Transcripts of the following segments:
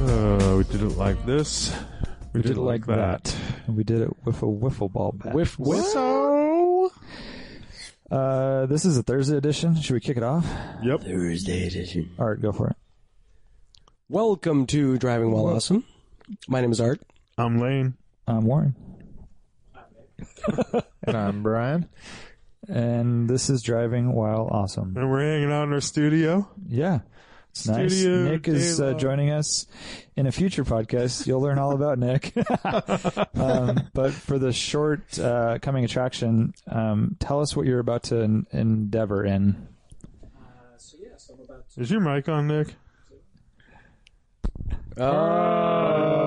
Uh, this. We, did, it like that. And we did it with a wiffle ball bat. Whiff whistle. Uh, this is a Thursday edition. Should we kick it off? Yep. Thursday edition. All right, go for it. Welcome to Driving While Awesome. My name is Art. I'm Lane. I'm Warren. And I'm Brian. And this is Driving While Awesome. And we're hanging out in our studio. Yeah. It's nice. Studio Nick is uh, Daylight. joining us in a future podcast. You'll learn all about Nick. um, but for the short uh, coming attraction, um, tell us what you're about to en- endeavor in. Is your mic on, Nick? Oh,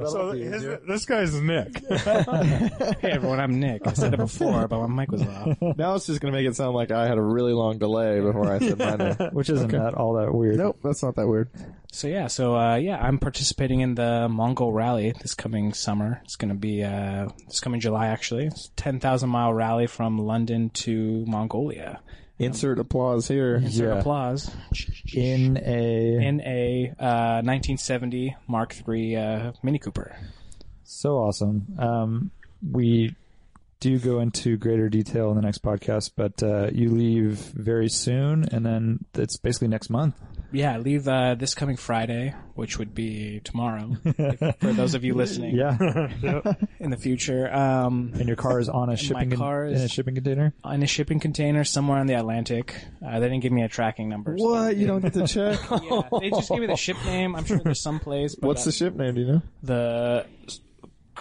Oh, So his, this guy's Nick. Hey everyone, I'm Nick. I said it before, but my mic was off. Now it's just going to make it sound like I had a really long delay before I said my name. Which isn't that all that weird. Nope, that's not that weird. So yeah, so uh, yeah, I'm participating in the Mongol Rally this coming summer. It's going to be uh, this coming July actually. It's a 10,000 mile rally from London to Mongolia. Insert applause here. Insert Yeah. applause. In a In a uh, 1970 Mark III uh, Mini Cooper. So awesome. Um, we do go into greater detail in the next podcast, but uh, you leave very soon, and then it's basically next month. Yeah, I leave uh, this coming Friday, which would be tomorrow, if- for those of you listening Yeah, in the future. Um, and your car is on a my shipping con- car in is- a shipping container. in a shipping container somewhere on the Atlantic. Uh, they didn't give me a tracking number. so- What? You don't get to check? Yeah, they just gave me the ship name. I'm sure there's some place. But What's uh, the ship name? Do you know? the s-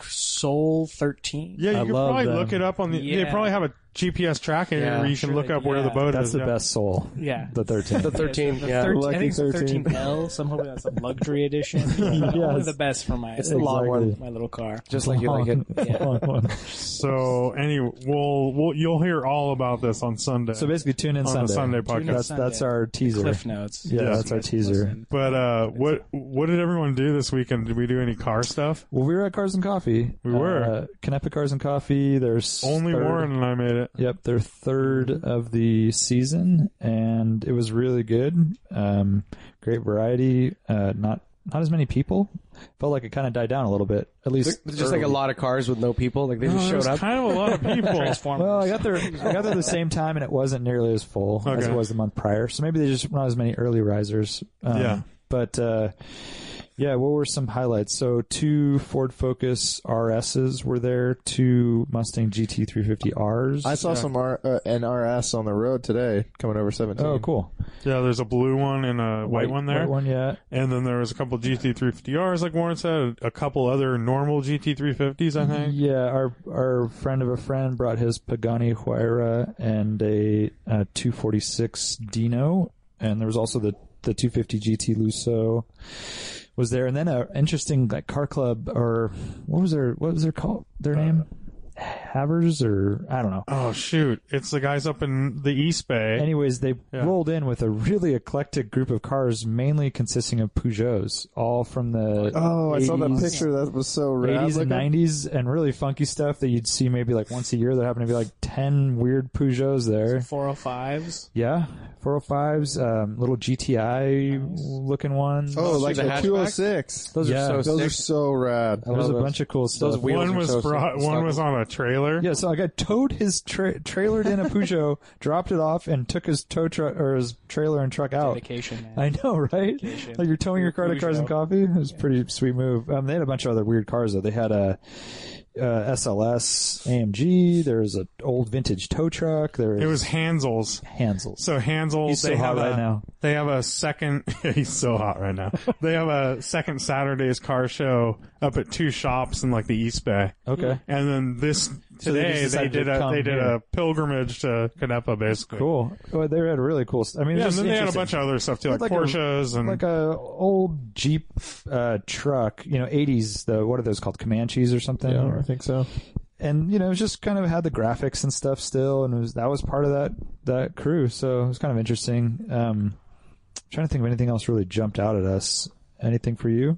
Soul 13? Yeah, you I can love probably them. look it up on the. They Yeah. probably have a GPS tracking Yeah, where you sure can look they up do. where the Yeah. boat That's is. the yeah. best soul. Yeah. the thirteenth. The 13th, The yeah. 13 I Lucky think it's the 13. 13L. Some hopefully that's a luxury edition. Only the best for my, the long Exactly. one. my little car. Just like you like it. So anyway, we'll, we'll you'll hear all about this on Sunday. So basically, tune in On Sunday. the Sunday podcast. in That's Sunday. that's our teaser. Cliff Notes. Yeah, Yes. that's our teaser. but uh, what what did everyone do this weekend? Did we do any car stuff? Well, we were at Cars and Coffee. We were. uh, Canepa Cars and Coffee. There's Only third- Warren and I made it. Yep, their third of the season, and it was really good. Um, great variety. Uh, not not as many people. Felt like it kind of died down a little bit. At least Just like a early. lot of cars with no people. Like they Oh, just there showed was up. kind of a lot of people. Transformers. Well, I got there. I got there the same time, and it wasn't nearly as full as Okay. it was the month prior. So maybe they just not as many early risers. Um, Yeah. But uh, yeah, what were some highlights? So two Ford Focus RSs were there. Two Mustang GT350Rs. I saw some R, uh, an RS on the road today coming over 17. oh, cool. Yeah, there's a blue one and a white, one there. White one, yeah. And then there was a couple GT350Rs, like Warren said, a couple other normal GT350s, I think. Yeah, our our friend of a friend brought his Pagani Huayra and a, uh 246 Dino, and there was also the the 250 GT Lusso was there, and then a interesting like car club or what was their what was their call their name Havers or I don't know. Oh, shoot. It's the guys up in the East Bay. Anyways, they Yeah. rolled in with a really eclectic group of cars, mainly consisting of Peugeots, all from the Oh, I saw that 80s. picture. That was so rad. 80s and looking. 90s and really funky stuff that you'd see maybe like once a year. There happened to be like 10 weird Peugeots there. 405s. Yeah. 405s, um, little GTI looking ones. Oh, like the the hatchback? 206. Those Yeah. are so Those sick. are so rad. There's a those- bunch of cool stuff. those wheels one are was so brought, sick. one was on a trailer. yeah, so I got towed his tra- trailered in a Peugeot, dropped it off, and took his tow truck or his trailer and truck out. Dedication, man. I know, right? Like you're towing your car to Cars and Coffee. It was a pretty sweet move. Um, they had a bunch of other weird cars though. They had a, uh SLS AMG. There's an old vintage tow truck. There's It was Hansel's. Hansels. So Hansel, He's so they hot have right a, now. they have a second. he's so hot right now. they have a second Saturday's car show up at two shops in like the East Bay. Okay. And then this they today just they, decided did to a come they did here. a pilgrimage to Canepa basically. Cool. Well, they had really cool. St- I mean, Yeah, and just then they had a interesting. bunch of other stuff too, like, Like a- Porsches and like a old Jeep uh, truck, you know, 80s. The what are those called? Comanches or something? Yeah, Or- I think so. and you know, it was just kind of had the graphics and stuff still, and it was, that was part of that that crew. So it was kind of interesting. Um, trying to think of anything else really jumped out at us. Anything for you?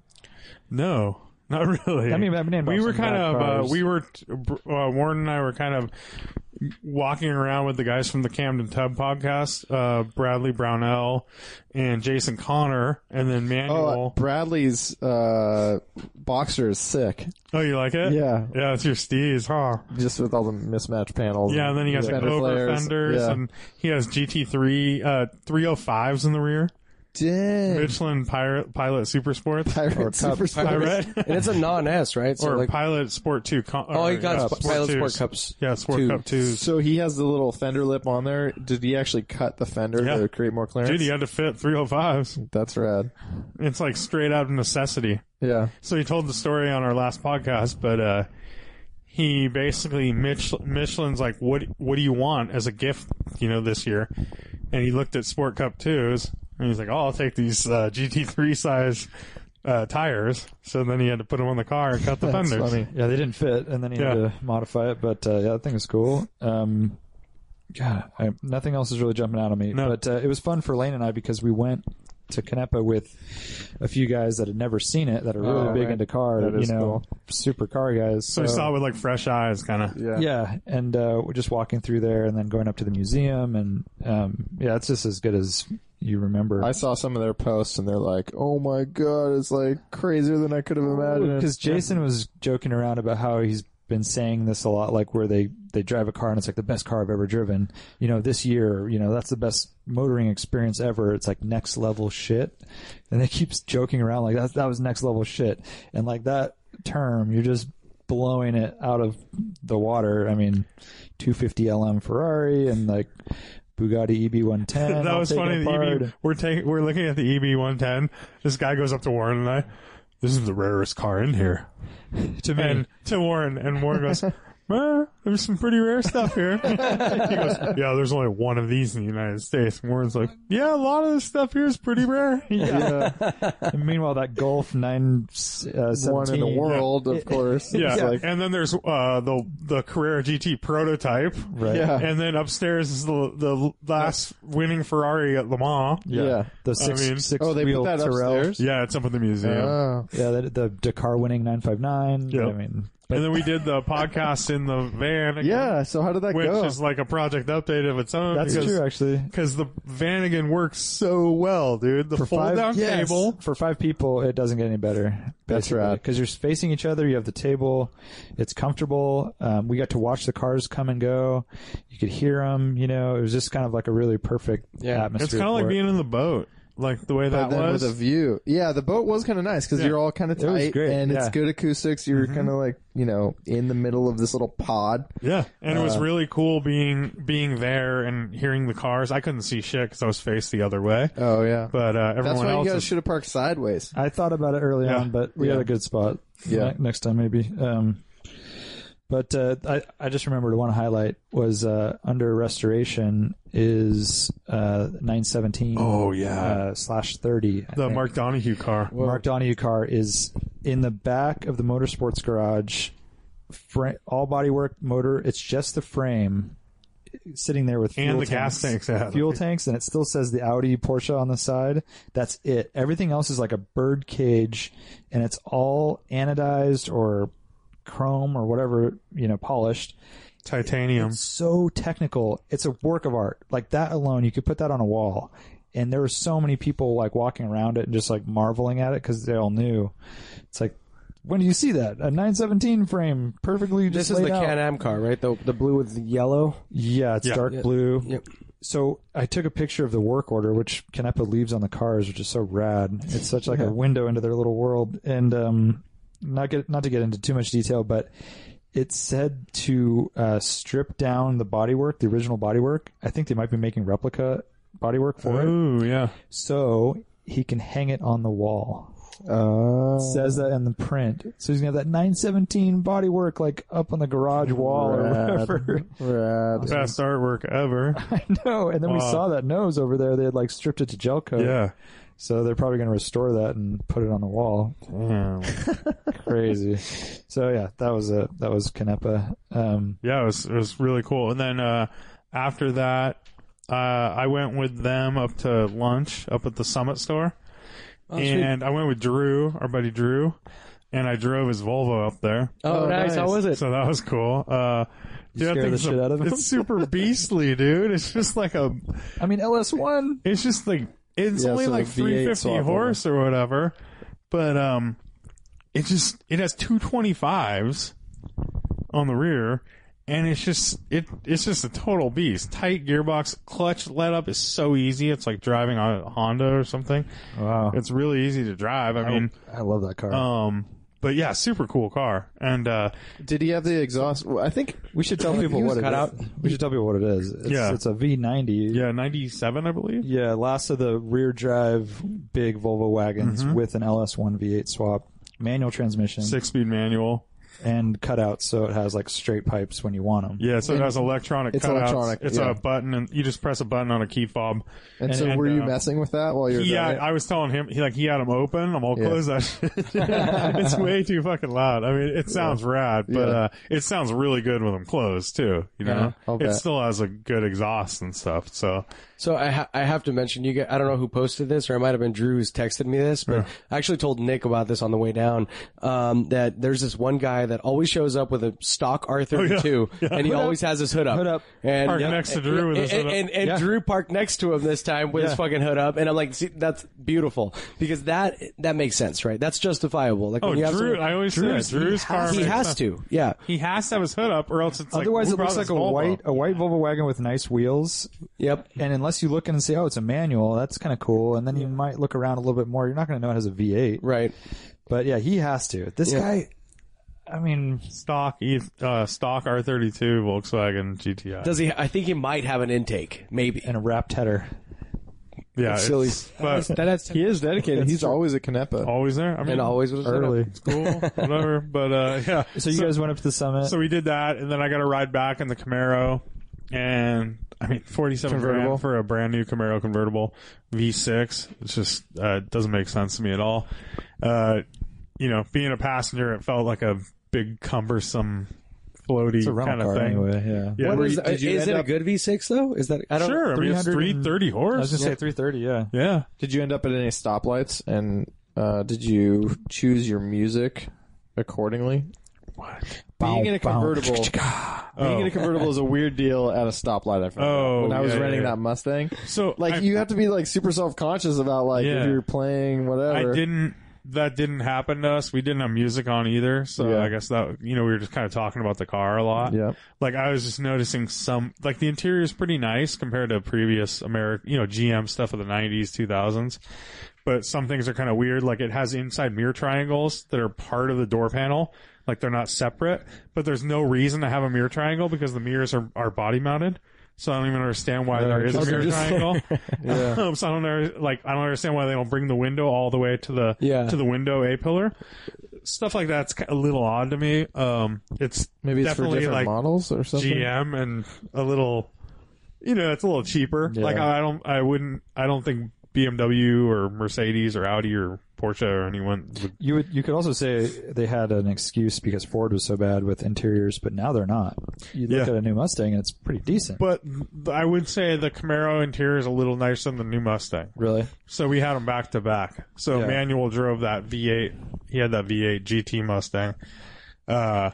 No, not really. I mean, I mean, we about were some kind bad of uh, cars. we were uh, Warren and I were kind of walking around with the guys from the Camden Tub podcast, uh, Bradley Brownell and Jason Connor, and then Oh, Manuel. Oh, Bradley's uh, boxer is sick. Oh, you like it? Yeah, Yeah, it's your steez, huh? just with all the mismatch panels. Yeah, and then he has like fender over flares. fenders, Yeah. and he has GT3 uh, 305s in the rear. Dang. Michelin Pirate Pilot Super Sports. Pirate Super Pirate And it's a non-S, right? So or like, Pilot Sport 2. Con- oh, or, you got yeah, Sp- Pilot Sport 2s. Cups. Yeah, Sport two. Cup 2s. So he has the little fender lip on there. Did he actually cut the fender Yeah. to create more clearance? Dude, he had to fit 305s. That's rad. It's like straight out of necessity. Yeah. So he told the story on our last podcast, but uh, he basically Mich- Michelin's like, "What what do you want as a gift? You know, this year?" And he looked at Sport Cup twos, and he's like, "Oh, I'll take these uh, GT three size uh, tires." So then he had to put them on the car and cut the That's fenders. funny. Yeah, they didn't fit, and then he had Yeah. to modify it. But uh, yeah, that thing was cool. Um, God, I, nothing else is really jumping out on me. No. But uh, it was fun for Lane and I because we went to Canepa with a few guys that had never seen it that are really Oh, big right. into car, That you is know, super car guys. So he saw it with like fresh eyes, kind of. Yeah. yeah, and uh, we're just walking through there, and then going up to the museum, and um, yeah, it's just as good as you remember. I saw some of their posts and they're like, "Oh my god, it's like crazier than I could have imagined." because Jason was joking around about how he's been saying this a lot, like where they they drive a car and it's like the best car I've ever driven. You know, this year, you know, that's the best motoring experience ever. It's like next level shit, and they keeps joking around like that. That was next level shit, and like that term, you're just blowing it out of the water. I mean, 250 LM Ferrari and like. Bugatti E EB110. that E all was funny. taken The apart. EB, we're taking we're looking at the EB one ten. This guy goes up to Warren and I. This is the rarest car in here. to me. and to Warren, and Warren goes, "Well, "There's some pretty rare stuff here." he goes, "Yeah, there's only one of these in the United States." And Warren's like, "Yeah, a lot of this stuff here is pretty rare." yeah. And meanwhile, that Golf nine uh, one in the seventeen- world, of course. Yeah, It's like- and then there's uh, the the Carrera GT prototype, Right. Yeah. and then upstairs is the the last winning Ferrari at Le Mans. yeah. The six, mean- six Oh, they wheel put that Terrell. upstairs. Yeah, it's up at the museum. Oh. Yeah, the, the Dakar winning 959. Yeah. I mean, and then we did the podcast in the van. Again, Yeah, so how did that which go? is like a project update of its own. that's because- true, actually. Because the Vanagon works so well, dude. The For fold five- down yes. table. For five people, it doesn't get any better. That's rad. Because you're facing each other, you have the table, it's comfortable. Um, we got to watch the cars come and go. You could hear them, you know, it was just kind of like a really perfect Yeah. atmosphere. It's kind of like for it. being in the boat, like the way that But then was. with a view. Yeah, the boat was kind of nice because Yeah. Mm-hmm. you're all kind of It was tight great, and it's yeah. good acoustics. You're kind of like, you know, in the middle of this little pod. yeah, and it was really cool being being there and hearing the cars. I couldn't see shit because I was faced the other way, Oh, yeah. but uh, That's everyone why you else. guys is- should have parked sideways. I thought about it early Yeah. on, but we Yeah. had a good spot. Yeah. Ne- next time maybe. Um, but uh, I I just remembered one highlight was uh, under restoration is uh, nine seventeen. Oh, yeah. uh, slash thirty. I the think. Mark Donahue car. Mark Donahue car is in the back of the motorsports garage. Fra- all bodywork motor. It's just the frame sitting there with And fuel the gas tanks tanks out. fuel tanks and it still says the Audi Porsche on the side. That's it. Everything else is like a bird cage and it's all anodized or chrome or whatever, you know, polished. titanium. So technical. It's a work of art. Like that alone, you could put that on a wall. And there were so many people like walking around it and just like marveling at it because they all knew. It's like, when do you see that? A 917 frame, perfectly just This is laid the out. Can-Am car, right? The the blue with the yellow. Yeah, it's Yeah. dark Yeah. blue. Yep. So I took a picture of the work order, which Canepa leaves on the cars, which is so rad. It's such like a window into their little world. And um, not get not to get into too much detail, but it said to uh, strip down the bodywork, the original bodywork. I think they might be making replica bodywork for it, Ooh, yeah. so he can hang it on the wall. Oh. Says that in the print. So he's gonna have that 917 bodywork like up on the garage wall or Rad. whatever. Rad. Best artwork ever. I know. And then we Wow. saw that nose over there. They had like stripped it to gel coat. yeah. So they're probably going to restore that and put it on the wall. Damn. Crazy. so yeah, that was a that was Canepa. Um, yeah, it was it was really cool. And then uh, after that, uh, I went with them up to Oh, lunch up at the Summit store, and I went with Drew, our buddy Drew, and I drove his Volvo up there. Oh, nice. How was it? So that was cool. Uh, dude, scare that the thing's a- shit out of him? It's super beastly, dude. It's just like a, I mean, LS1. it's just like, it's Yeah, only so like the V8 350 swap over. horse or whatever, but, um, it just, it has 225s on the rear. And it's just it it's just a total beast. Tight gearbox, clutch let up is so easy. It's like driving on a Honda or something. Wow. It's really easy to drive. I mean, I love that car. um, but yeah, super cool car. And uh, Did he have the exhaust? Well, I think we should tell people what it is. We should tell people what it is. It's, Yeah. it's a V90. yeah, ninety seven, I believe. Yeah, last of the rear drive big Volvo wagons Mm-hmm. with an LS1 V8 swap, manual transmission, Six speed manual. and cutout, so it has like straight pipes when you want them. Yeah, so it has electronic. It's cutouts. electronic, It's yeah. a button, and you just press a button on a key fob. And, so, and, were you uh, messing with that while you were Yeah, driving? I was telling him he like he had them open. I'm all Yeah. close that shit. it's way too fucking loud. I mean, it sounds rad, but Yeah. uh, it sounds really good with them closed too. You know, I'll it bet. still has a good exhaust and stuff. So So I, ha- I have to mention you. Guys, I don't know who posted this, or it might have been Drew's texted me this, but I actually told Nick about this on the way down. Um, that there's this one guy that always shows up with a stock R32, Oh, and he always has his hood up. Hood up. And Parked next to Drew with and, his hood up. And, and Drew parked next to him this time with his fucking hood up, and I'm like, see, that's beautiful because that that makes sense, right? That's justifiable. Like oh, when you have Drew, someone- I always say that. Drew's car. he makes has sense. to, yeah. He has to have his hood up, or else it's like Otherwise, who it looks brought like this a Volvo? white a white Volvo wagon with nice wheels. Yep. And unless you look in and say, "Oh, it's a manual," that's kind of cool. And then you might look around a little bit more. You're not going to know it has a V8, Right. But yeah, he has to. This guy, I mean, stock E- uh, stock R32 Volkswagen GTI. Does he? I think he might have an intake, maybe. and a wrapped header. yeah, That's silly. it's- but he is dedicated. He's always a Canepa. always there. I mean, And always was Early. cool, whatever. But uh, yeah, So you guys went up to the summit. so we did that, and then I got a ride back in the Camaro, and I mean, forty-seven Convertible. grand for a brand new Camaro convertible V6. It's just uh, it doesn't make sense to me at all. Uh, you know, being a passenger, it felt like a big cumbersome, floaty it's a rental kind of car thing. anyway. Yeah. Yeah, What were is, you- did you is end it a up- good V6 though? Is that I don't sure. I mean, it's 300 and- 330 I was horse. gonna say 330. Yeah. yeah. Did you end up at any stoplights? And uh, did you choose your music accordingly? Being in a Bow, bow. convertible, being in a convertible is a weird deal at a stoplight. I found out. Oh, when I was yeah, renting yeah, yeah. that Mustang, So like I- you have to be like super self conscious about like Yeah. if you're playing whatever. I didn't. That didn't happen to us. We didn't have music on either, so Yeah. I guess that you know we were just kind of talking about the car a lot. Yep. Like I was just noticing some like the interior is pretty nice compared to previous American, you know, GM stuff of the '90s, 2000s. But some things are kind of weird. Like it has inside mirror triangles that are part of the door panel, like they're not separate. But there's no reason to have a mirror triangle because the mirrors are are body mounted. So I don't even understand why there is a mirror triangle. Um, so I don't know, like I don't understand why they don't bring the window all the way to the Yeah. to the window a pillar. Stuff like that's ki- a little odd to me. Um, it's Maybe it's for definitely different like models or something. GM and a little, you know, it's a little cheaper. Like I I don't, I wouldn't, I don't think BMW or Mercedes or Audi or Porsche or anyone would. You would, you could also say they had an excuse because Ford was so bad with interiors, but now they're not. You look Yeah. at a new Mustang and it's pretty decent. But I would say the Camaro interior is a little nicer than the new Mustang. really, So we had them back to back. So Yeah. Manuel drove that V8. He had that V8 GT Mustang. Uh,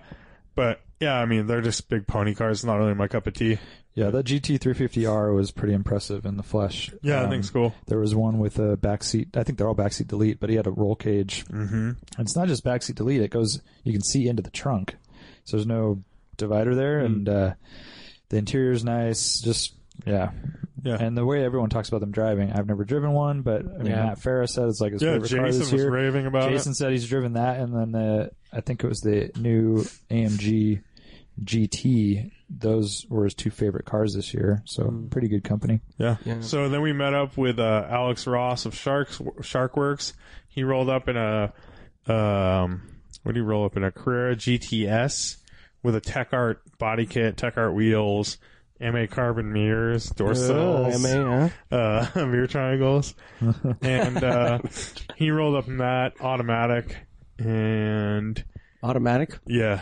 but yeah, I mean, they're just big pony cars. Not really my cup of tea. yeah, that GT350R was pretty impressive in the flesh. Yeah, I Um, think it's cool. There was one with a backseat. I think they're all backseat delete, but he had a roll cage. Mm-hmm. And it's not just backseat delete; it goes. You can see into the trunk, so there's no divider there, Hmm. and uh, the interior's nice. Just yeah, Yeah. And the way everyone talks about them driving, I've never driven one, but I mean, Matt Farah said it's like his Yeah, favorite car Jason this was year. raving about Jason said he's driven that, and then the I think it was the new AMG GT. Those were his two favorite cars this year, so Hmm. pretty good company. it. Yeah. So then we met up with uh, Alex Ross of Sharks Sharkworks. He rolled up in a um, what do you roll up in a Carrera GTS with a Tech Art body kit, Tech Art wheels, MA carbon mirrors, door sills. Oh, uh, mirror triangles, and uh, he rolled up in that automatic, and automatic. Oh, yeah,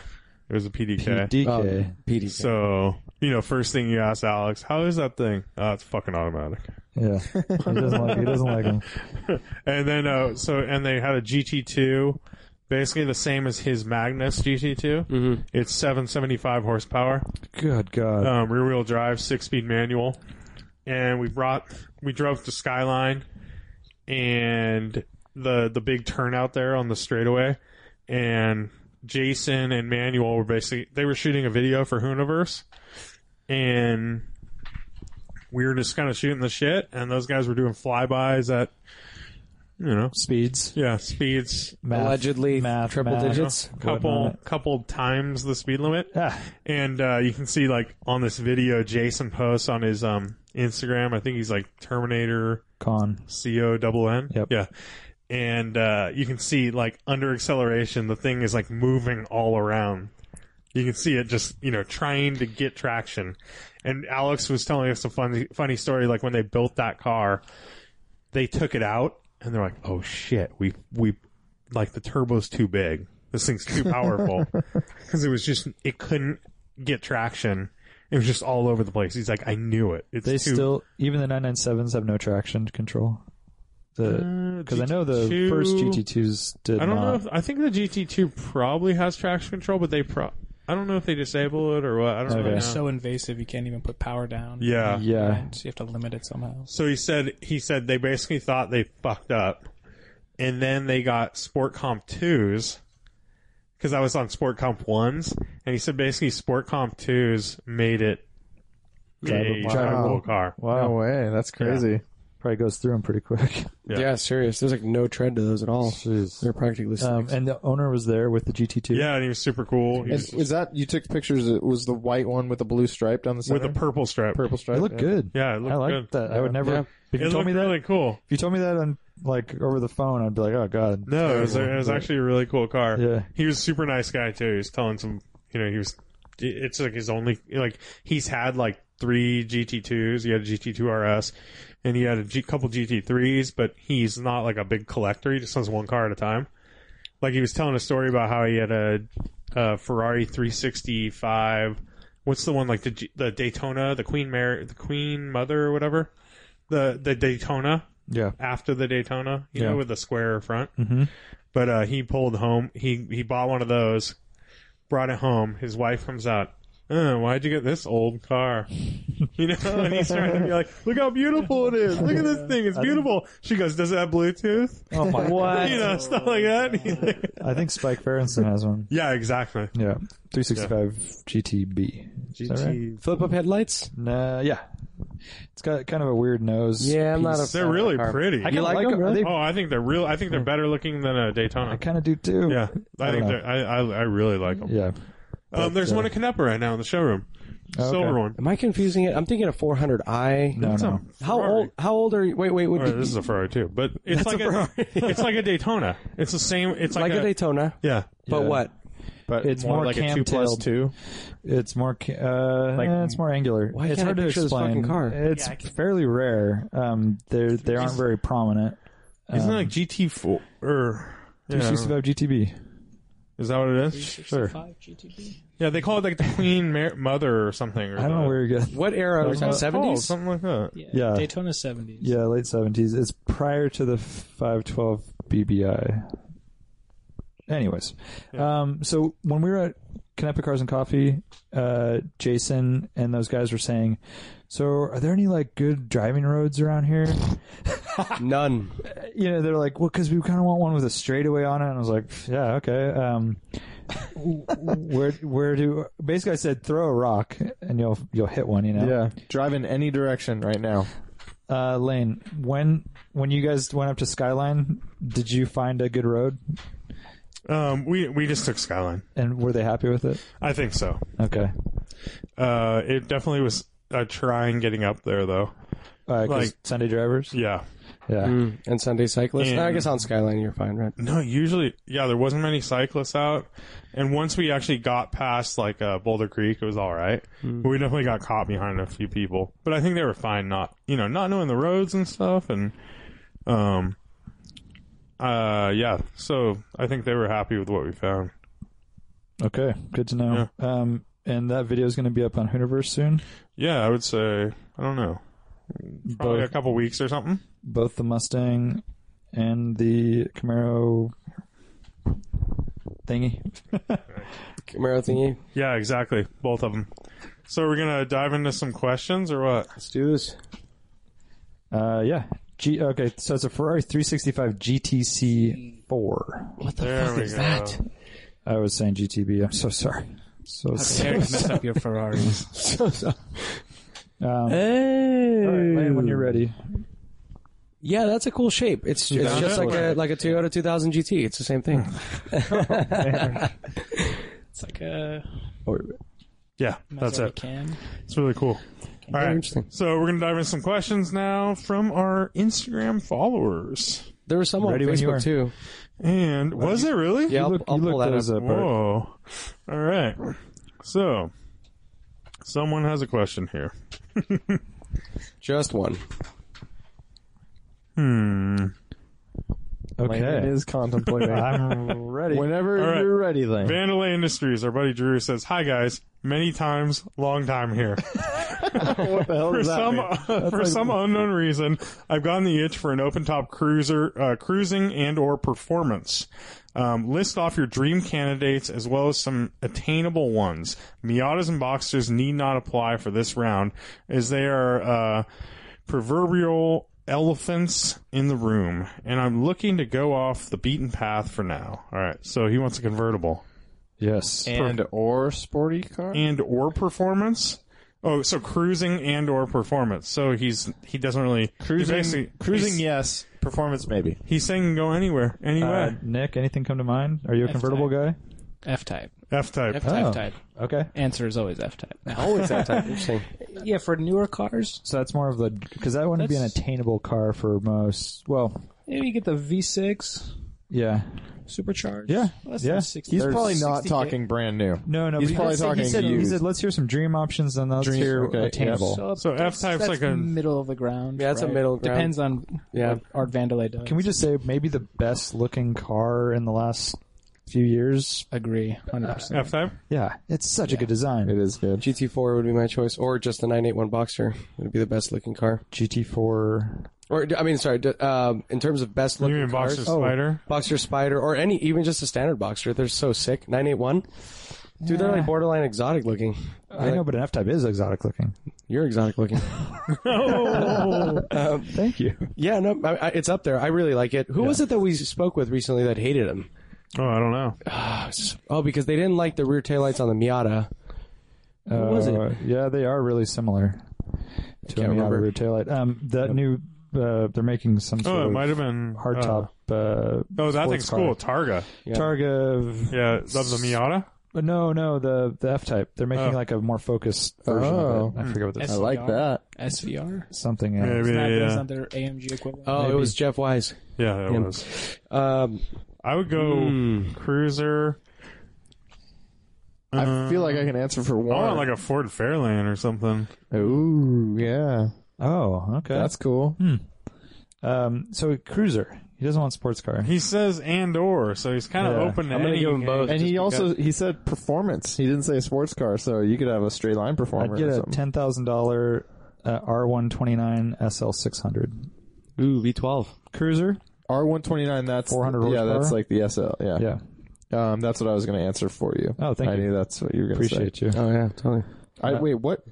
it was a PDK. DK. PD. So you know, first thing you ask Alex, how is that thing? Oh, it's fucking automatic. Yeah, he doesn't like. He doesn't like him. And then uh, so and they had a GT2 basically the same as his Magnus GT2. Mm-hmm. It's 775 horsepower, Good God. um, rear wheel drive, six speed manual, and we brought we drove to Skyline and the the big turnout there on the straightaway, and Jason and Manuel were basically they were shooting a video for Hooniverse, and we were just kind of shooting the shit, and those guys were doing flybys at. You know, Speeds. yeah, speeds Math, Allegedly math, triple math. digits. couple whatnot. couple times the speed limit. Ah, And uh, you can see like on this video Jason posts on his um Instagram, I think he's like Terminator con. C O double N. Yep. Yeah. And uh, you can see like under acceleration the thing is like moving all around. You can see it just, you know, trying to get traction. And Alex was telling us a funny funny story, like when they built that car, they took it out and they're like, Oh shit, we we like the turbo's too big. This thing's too powerful. Because it was just it couldn't get traction. It was just all over the place. He's like, I knew it. It's They too still, even the 997s have no traction control. The Uh, because I know the GT2 first GT2s did I don't not. know. If, I think the GT2 probably has traction control, but they pro. I don't know if they disable it or what. I don't Okay. really know. It's It's so invasive, you can't even put power down. yeah. yeah, So you have to limit it somehow. So he said he said they basically thought they fucked up, and then they got Sport Comp twos because I was on Sport Comp ones, and he said basically Sport Comp twos made it a Drivable. drivable car. Wow, no way, that's crazy. probably goes through them pretty quick. Yeah. Yeah. serious. There's like no tread to those at all. Jeez. They're practically sticks. Um, and the owner was there with the GT2. Yeah, and he was super cool. He And was was that you took pictures? It was the white one with the blue stripe down the center, with a purple stripe. purple stripe. it looked good. Yeah, it looked I good. liked that. I would never. Yeah. If you It told looked me that, really cool. if you told me that on like over the phone, I'd be like, oh god. No, it was, it was But- actually a really cool car. Yeah. He was a super nice guy too. He was telling some, you know, he was, it's like his only, like, he's had like three GT2s. He had a GT2 RS and he had a G, couple GT3s, but he's not like a big collector. He just owns one car at a time. Like he was telling a story about how he had a, a Ferrari 365. What's the one like the G, the Daytona, the Queen Mary, the Queen Mother or whatever? The, the Daytona Yeah. after the Daytona, you Yeah. know, with the square front. Mhm. But uh, he pulled home. He he bought one of those, brought it home. His wife comes out. Uh, why'd you get this old car? You know, and he's trying to be like, look how beautiful it is. Look at this thing. It's beautiful. She goes, does it have Bluetooth? Oh my. what? You know, stuff like that. I think Spike Ferenson has one. yeah, exactly. Yeah. 365 GTB. Is that right? GT. Flip up headlights. Nah, yeah. It's got kind of a weird nose. Yeah, I'm not a. They're really pretty. I kinda like them, They- Oh, I think they're real. I think they're better looking than a I Daytona. kind of do too. Yeah, I, I think don't they're, I, I I really like them. Yeah. um, there's uh, one at Canepa right now in the showroom, Okay. silver one. Am I confusing it? I'm thinking a 400i. No, no. How old? How old are you? Wait, wait, wait. Or this is a Ferrari too, but it's like a, it's like a Daytona. It's the same. It's like, like a Daytona, yeah. but Yeah. what? but It's more like a two plus cam-tailed. two. It's more ca- uh, Like- eh, it's more angular. Why it's can't I hard to picture this explain. fucking car? It's fairly rare. Um, they they aren't very prominent. Isn't it like GT four or yeah, I don't know. 365 GTB. is that what it is? Sure. Yeah, they call it like the Queen Mar- Mother or something. Or I don't know where you're getting. What era? Like not- the Oh, 70s. something like that. Yeah. Daytona 70s. Yeah, late 70s. It's prior to the 512 BBI. Anyways, um, so when we were at Canepa Cars and Coffee, uh, Jason and those guys were saying, "So, are there any like good driving roads around here?" None. you know, they're like, "Well, because we kind of want one with a straightaway on it." And I was like, "Yeah, okay." Um, where where do basically I said throw a rock and you'll you'll hit one, you know? Yeah, drive in any direction right now. Uh, Lane, when when you guys went up to Skyline, did you find a good road, Um, we we just took Skyline. and were they happy with it? I think so. Okay, Uh, it definitely was a trying getting up there though. uh, 'cause Like- Sunday drivers. Yeah. Yeah, And Sunday cyclists. And- I guess on Skyline you're fine, right? No, usually, yeah, there wasn't many cyclists out, and once we actually got past like uh, Boulder Creek, it was all right. But we definitely got caught behind a few people, but I think they were fine, not you know, not knowing the roads and stuff, and um, uh, yeah. So I think they were happy with what we found. Mm-hmm. okay, good to know. Um, and that video is going to be up on Hooniverse soon. Yeah, I would say I don't know, probably a Both couple weeks or something. both the Mustang and the Camaro thingy. Camaro thingy. Yeah, exactly. Both of them. So we're gonna dive into some questions or what? Let's do this. Uh, yeah. G. Okay, so it's a Ferrari 365 GTC 4. What the There fuck we is go. that? I was saying GTB. I'm so sorry. So How dare you mess up your Ferraris? So, so- um, Hey. all right, Lane, when you're ready. Yeah, that's a cool shape. It's, it's found just it? like a like a Toyota 2000 GT. It's the same thing. It's like a Oh, Yeah, that's Maserati it. Can. It's really cool. All right. interesting. So we're gonna dive into some questions now from our Instagram followers. There was some on Ready when you are. Facebook too. And was it really? Yeah, I'll, look- I'll you pull look that those up. up. Art. Whoa. All right. So someone has a question here. Just one. Hmm. Lane Okay. is contemplating. I'm ready. Whenever All right. you're ready, Lane. Vandalay Industries, our buddy Drew says, Hi guys, many times, long time here. what the hell for does that some mean? for some unknown reason, I've gotten the itch for an open top cruiser uh, cruising and or performance. Um, list off your dream candidates as well as some attainable ones. Miatas and Boxsters need not apply for this round as they are uh, proverbial elephants in the room, and I'm looking to go off the beaten path for now. All right, so he wants a convertible Yes. And or sporty car? and or performance. Oh, so cruising and or performance. So he's he doesn't really he cruising, basically- cruising He's, yes. Performance, maybe. he's saying can go anywhere, Uh, anywhere. Nick, anything come to mind? Are you a convertible guy? F type. F type. F type Oh. type. Okay. Answer is always F type. Always that type. Interesting. Yeah, for newer cars, So that's more of the because that wouldn't be an That's- attainable car for most. Well, maybe you get the V6 yeah, supercharged. yeah, Less yeah. than 60. He's There's probably not 60K. talking brand new. No, no. but He's he probably said- talking he said, he used. said, let's hear some dream options and let's Dream, hear okay, attainable. So F type's that's like a- middle of the ground. Yeah, that's a right? middle ground. Depends on Yeah. what Art Vandelay does. Can we just say maybe the best looking car in the last few years? agree? 100%. F type. Yeah, it's such a good design. It is good. GT4 would be my choice, or just the 981 Boxster. It'd be the best looking car. GT4. Or I mean, sorry. d- Um, in terms of best You looking mean cars, Boxster Oh. Spider? Boxster Spider, or any even just a standard Boxster. They're so sick. 981. Dude, they're like borderline exotic looking. I know, but an F-Type is exotic looking. You're exotic looking. Oh, Thank you. yeah, no, I, I, it's up there. I really like it. Who was it that we spoke with recently that hated him? Oh, I don't know. Oh, because they didn't like the rear taillights on the Miata. What was it? Uh, Yeah, they are really similar to can't a Miata remember. rear taillight. Um, that new uh, they're making some sort Oh, it of might have been hardtop. Uh, Uh, oh, that sports thing's car. cool. Targa. Yeah. Targa. Yeah, of the Miata. But Uh, no, no, the the F type. They're making Oh. like a more focused version Oh. of it. I forget what S- that's I like that. SVR? something. Maybe. Else. Is that, yeah. is that their AMG equivalent? Oh, it Maybe. was Jeff Wise. Yeah, that Yeah. was. Um, I would go Hmm. cruiser. I feel like Oh, I can answer for I one. want like a Ford Fairlane or something. Ooh, yeah. Oh, okay. That's cool. Hmm. um. So cruiser. He doesn't want sports car. He says and or, so he's kind of Yeah. open to I'm gonna any. give him both. And just he because- also he said performance. He didn't say sports car, so you could have a straight line I'd performer. get or a something. ten thousand dollar uh, R one twenty nine SL six hundred ooh V12. cruiser. R one twenty nine. That's 400 Yeah, horsepower? that's like the SL. Yeah, Yeah. Um, that's what I was going to answer for you. Oh, thank I you. knew that's what you were going to say. Appreciate you. Oh yeah, totally. I, wait, what?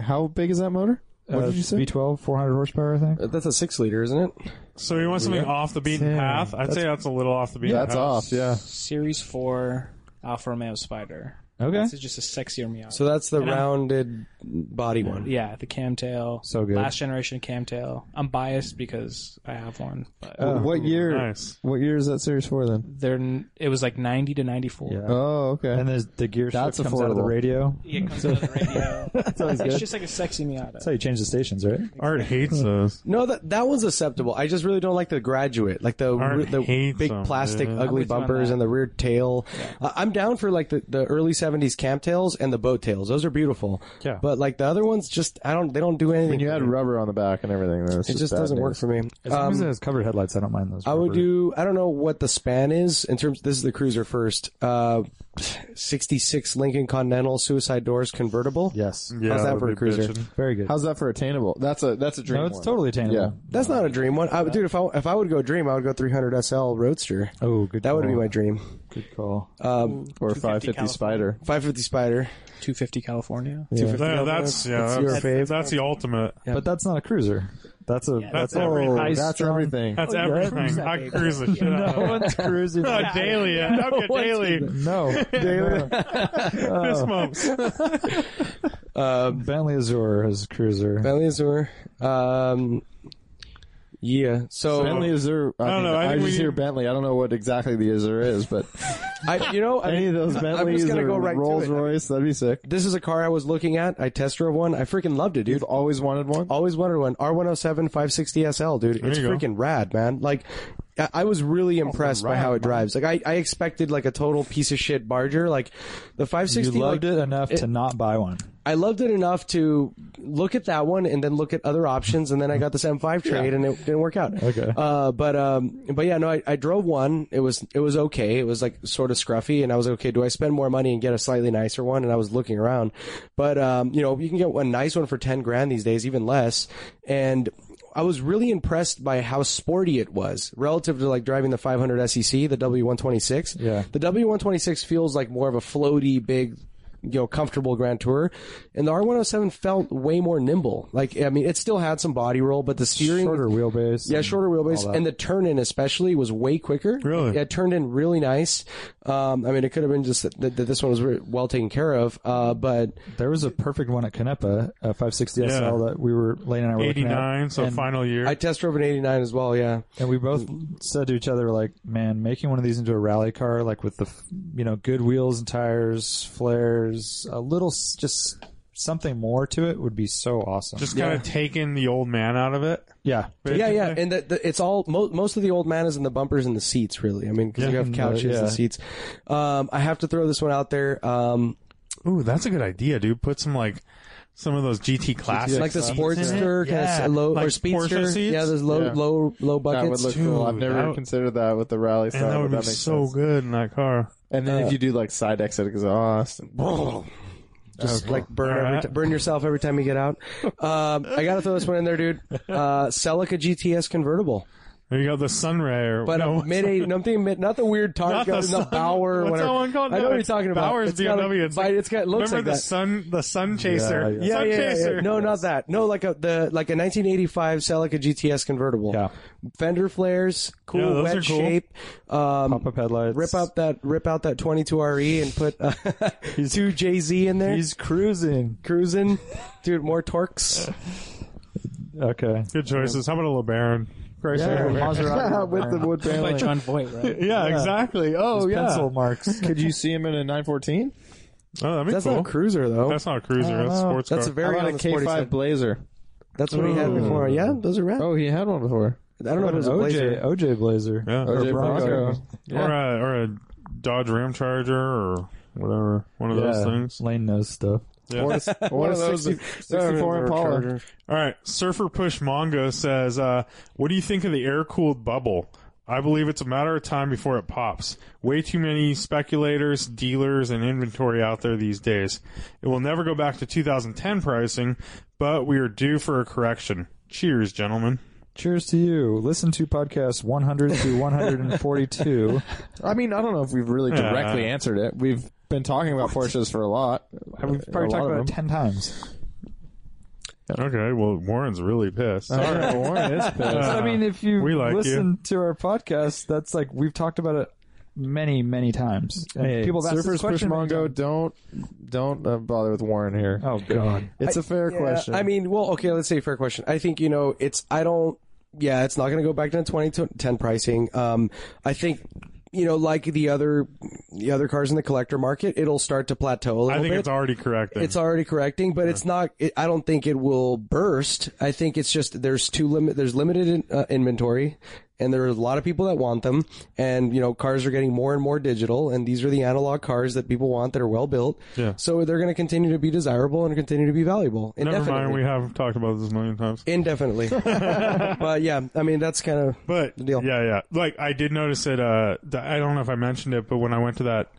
How big is that motor? Uh, Uh, What did you say? V12, 400 horsepower, I think. Uh, That's a six liter, isn't it? So he wants something off the beaten path. I'd say that's a little off the beaten That's path. off. Yeah. Series 4 Alfa Romeo Spider. Okay. This is just a sexier Miata. So that's the rounded body one. yeah, the camtail. So good. Last generation camtail. I'm biased because I have one, but Wh- what year? nice. What year is that series four then? they're n- it was like 90 to 94. Yeah. Oh, okay. Uh, and there's the gear shift That's comes out of the affordable. radio. Yeah, it comes out of the radio. it's just like a sexy Miata. That's how you change the stations, right? Art hates those. No, that that one's acceptable. I just really don't like the graduate, like the Art re- the hates big them, plastic dude. ugly with you on bumpers that. and the rear tail. I- I'm down for like the, the early '70s cam tails and the boat tails. Those are beautiful. Yeah. But like the other ones, just I don't. They don't do anything. when you for add me. rubber on the back and everything, then it's it just bad doesn't work news. for me. As long as Um, it has covered headlights, I don't mind those. I would rubber. do. I don't know what the span is in terms. This is the cruiser first. Uh, 66 Lincoln Continental Suicide Doors convertible. Yes. Yeah, How's that that'd for a be cruiser? bitchin'. Very good. How's that for attainable? That's a that's a dream. no, it's one. totally Yeah. attainable. That's not a dream one. I, dude, if I, if I would go dream, I would go 300 SL Roadster. Oh, good. That call. would be my dream. good call. Um, Or 250 five fifty California. spider. 550 Spider. 250 California. Yeah, that's yeah, That's that's, your fave. that's, the ultimate. But that's not a cruiser. That's a that's that's, it. a Everything. Oh, that's strong- everything. That's Oh, yeah. everything. Who's I cruise the shit out No of it. one's cruising. Uh, daily, yeah. okay, daily. No, Daily. Oh. Fist bumps. Um, Bentley Azure is a cruiser. Bentley Azure. Um, yeah. So, Bentley Azure. I, don't mean, know, I I, think just we- hear Bentley. I don't know what exactly the Azure is, but I, you know, I any mean, of those Bentleys gonna or go right to Rolls it. Royce, that'd be sick. this is a car I was looking at. I test drove one. I freaking loved it, dude. You've always wanted one. Always wanted one. R107 560 SL, dude. It's you go. freaking rad, man. Like, I- I was really impressed by how it drives. Like, I, I expected like a total piece of shit barger. Like, the 560. You loved like, it enough to not buy one. I loved it enough to look at that one and then look at other options, and then I got this M5 trade, and it didn't work out. Okay. Uh, but um, but yeah, no, I, I drove one. It was it was okay. It was like sort of scruffy, and I was like, okay. Do I spend more money and get a slightly nicer one? And I was looking around, but um, you know, you can get one nice one for ten grand these days, even less, and. I was really impressed by how sporty it was relative to like driving the 500 SEC, E the W126. Yeah. The W126 feels like more of a floaty, big, you know, comfortable Grand Tour, and the R107 felt way more nimble. Like, I mean, it still had some body roll, but the steering, Shorter wheelbase. yeah, and shorter all wheelbase, that. and the turn in especially was way quicker. Really? It, it turned in really nice. Um, I mean, it could have been just that, that this one was re- well taken care of, uh, but There was a perfect one at Canepa, a 560 Yeah. SL that we were Lane and I were Eighty looking at, nine, so and, final year. I test drove an 89 as well. Yeah, and we both said to each other, like, man, making one of these into a rally car, like with the, f- you know, good wheels and tires, flares, a little, s- just something more to it would be so awesome. just kind of taking the old man out of it. yeah, yeah, basically. yeah, and the, the, it's all mo- most of the old man is in the bumpers and the seats, really. I mean, 'cause you have and the- couches yeah. and seats. Um, I have to throw this one out there. Um, Ooh, that's a good idea, dude. Put some like some of those GT classics, like the seats in Sportster, it. kind Yeah. of low Like or Speedster, Porsche seats? yeah, those low, Yeah. low, low buckets. That would look cool. I've Dude, never that- considered that with the rally And style. that but would be makes so sense. good in that car. And then if you do like side exit exhaust, and- Oh, Just like burn All every right. t- burn yourself every time you get out. Um, I gotta throw this one in there, dude. Uh, Celica GTS convertible, There you go, the Sunray or but no, a mid eight, nothing mid, not the weird Not Targa, the not, sun- Bauer, what's whatever. that one called? I know No, what you're it's talking about. Bauer's It's got, like, BMW. It's bite- like- it's got looks Remember like the that. sun, the sun chaser, Yeah, yeah. sun chaser. No, not that. No, like a the like a 1985 Celica GTS convertible. Yeah. Fender flares, cool Yeah, those wet are cool. shape. Um, pop up headlights. rip out that rip out that 22 RE and put uh, two Jay Z in there. He's cruising. cruising, dude. More Torx. Okay. Good choices. How about a LeBaron? Great Maserati with the wood By paneling. John Voight, right? Yeah, exactly. Oh, yeah. pencil marks. Could you see him in a 914? Oh, that'd be That's cool. not a cruiser though. That's not a cruiser. That's a know. sports That's a car. How very about on the a sporty K5 side. Blazer? That's what he had before. Yeah, those are rad. Oh, he had one before. I don't know if it was a OJ, blazer. OJ Blazer. Yeah. Or OJ Bronco. or a or a Dodge Ram Charger or whatever. One of those things. Lane knows stuff. Yeah. Or a, or a 60, 64 Impala. All right, Surfer Push Mongo says, uh, "What do you think of the air-cooled bubble? I believe it's a matter of time before it pops. Way too many speculators, dealers, and inventory out there these days. It will never go back to 2010 pricing, but we are due for a correction. Cheers, gentlemen. Cheers to you. Listen to podcast 100 through 142. I mean, I don't know if we've really directly Yeah. answered it. We've been talking about Porsches for a lot. We've A lot probably talked of about it them. 10 times. Okay, well, Warren's really pissed. All right, Warren is pissed. Uh, I mean, if you we like you. listen to our podcast, that's like we've talked about it many, many times. And Hey, people have asked Surfers this Push question. many Mongo, times. don't don't uh, bother with Warren here. Oh, God. It's a fair Yeah, question. I mean, well, okay, let's say fair question. I think, you know, it's, I don't, yeah, it's not going to go back to 2010 pricing. Um, I think, you know, like the other, the other cars in the collector market, it'll start to plateau a little I think bit. it's already corrected. It's already correcting, but it's not. It, I don't think it will burst. I think it's just there's too limit. There's limited in, uh, inventory, and there are a lot of people that want them. And you know, cars are getting more and more digital, and these are the analog cars that people want that are well built. Yeah. So they're going to continue to be desirable and continue to be valuable. Never Indefinitely. mind, we have talked about this a million times. Indefinitely. but yeah, I mean that's kind of. But deal. yeah, yeah. Like I did notice it. Uh, th- I don't know if I mentioned it, but when I went to that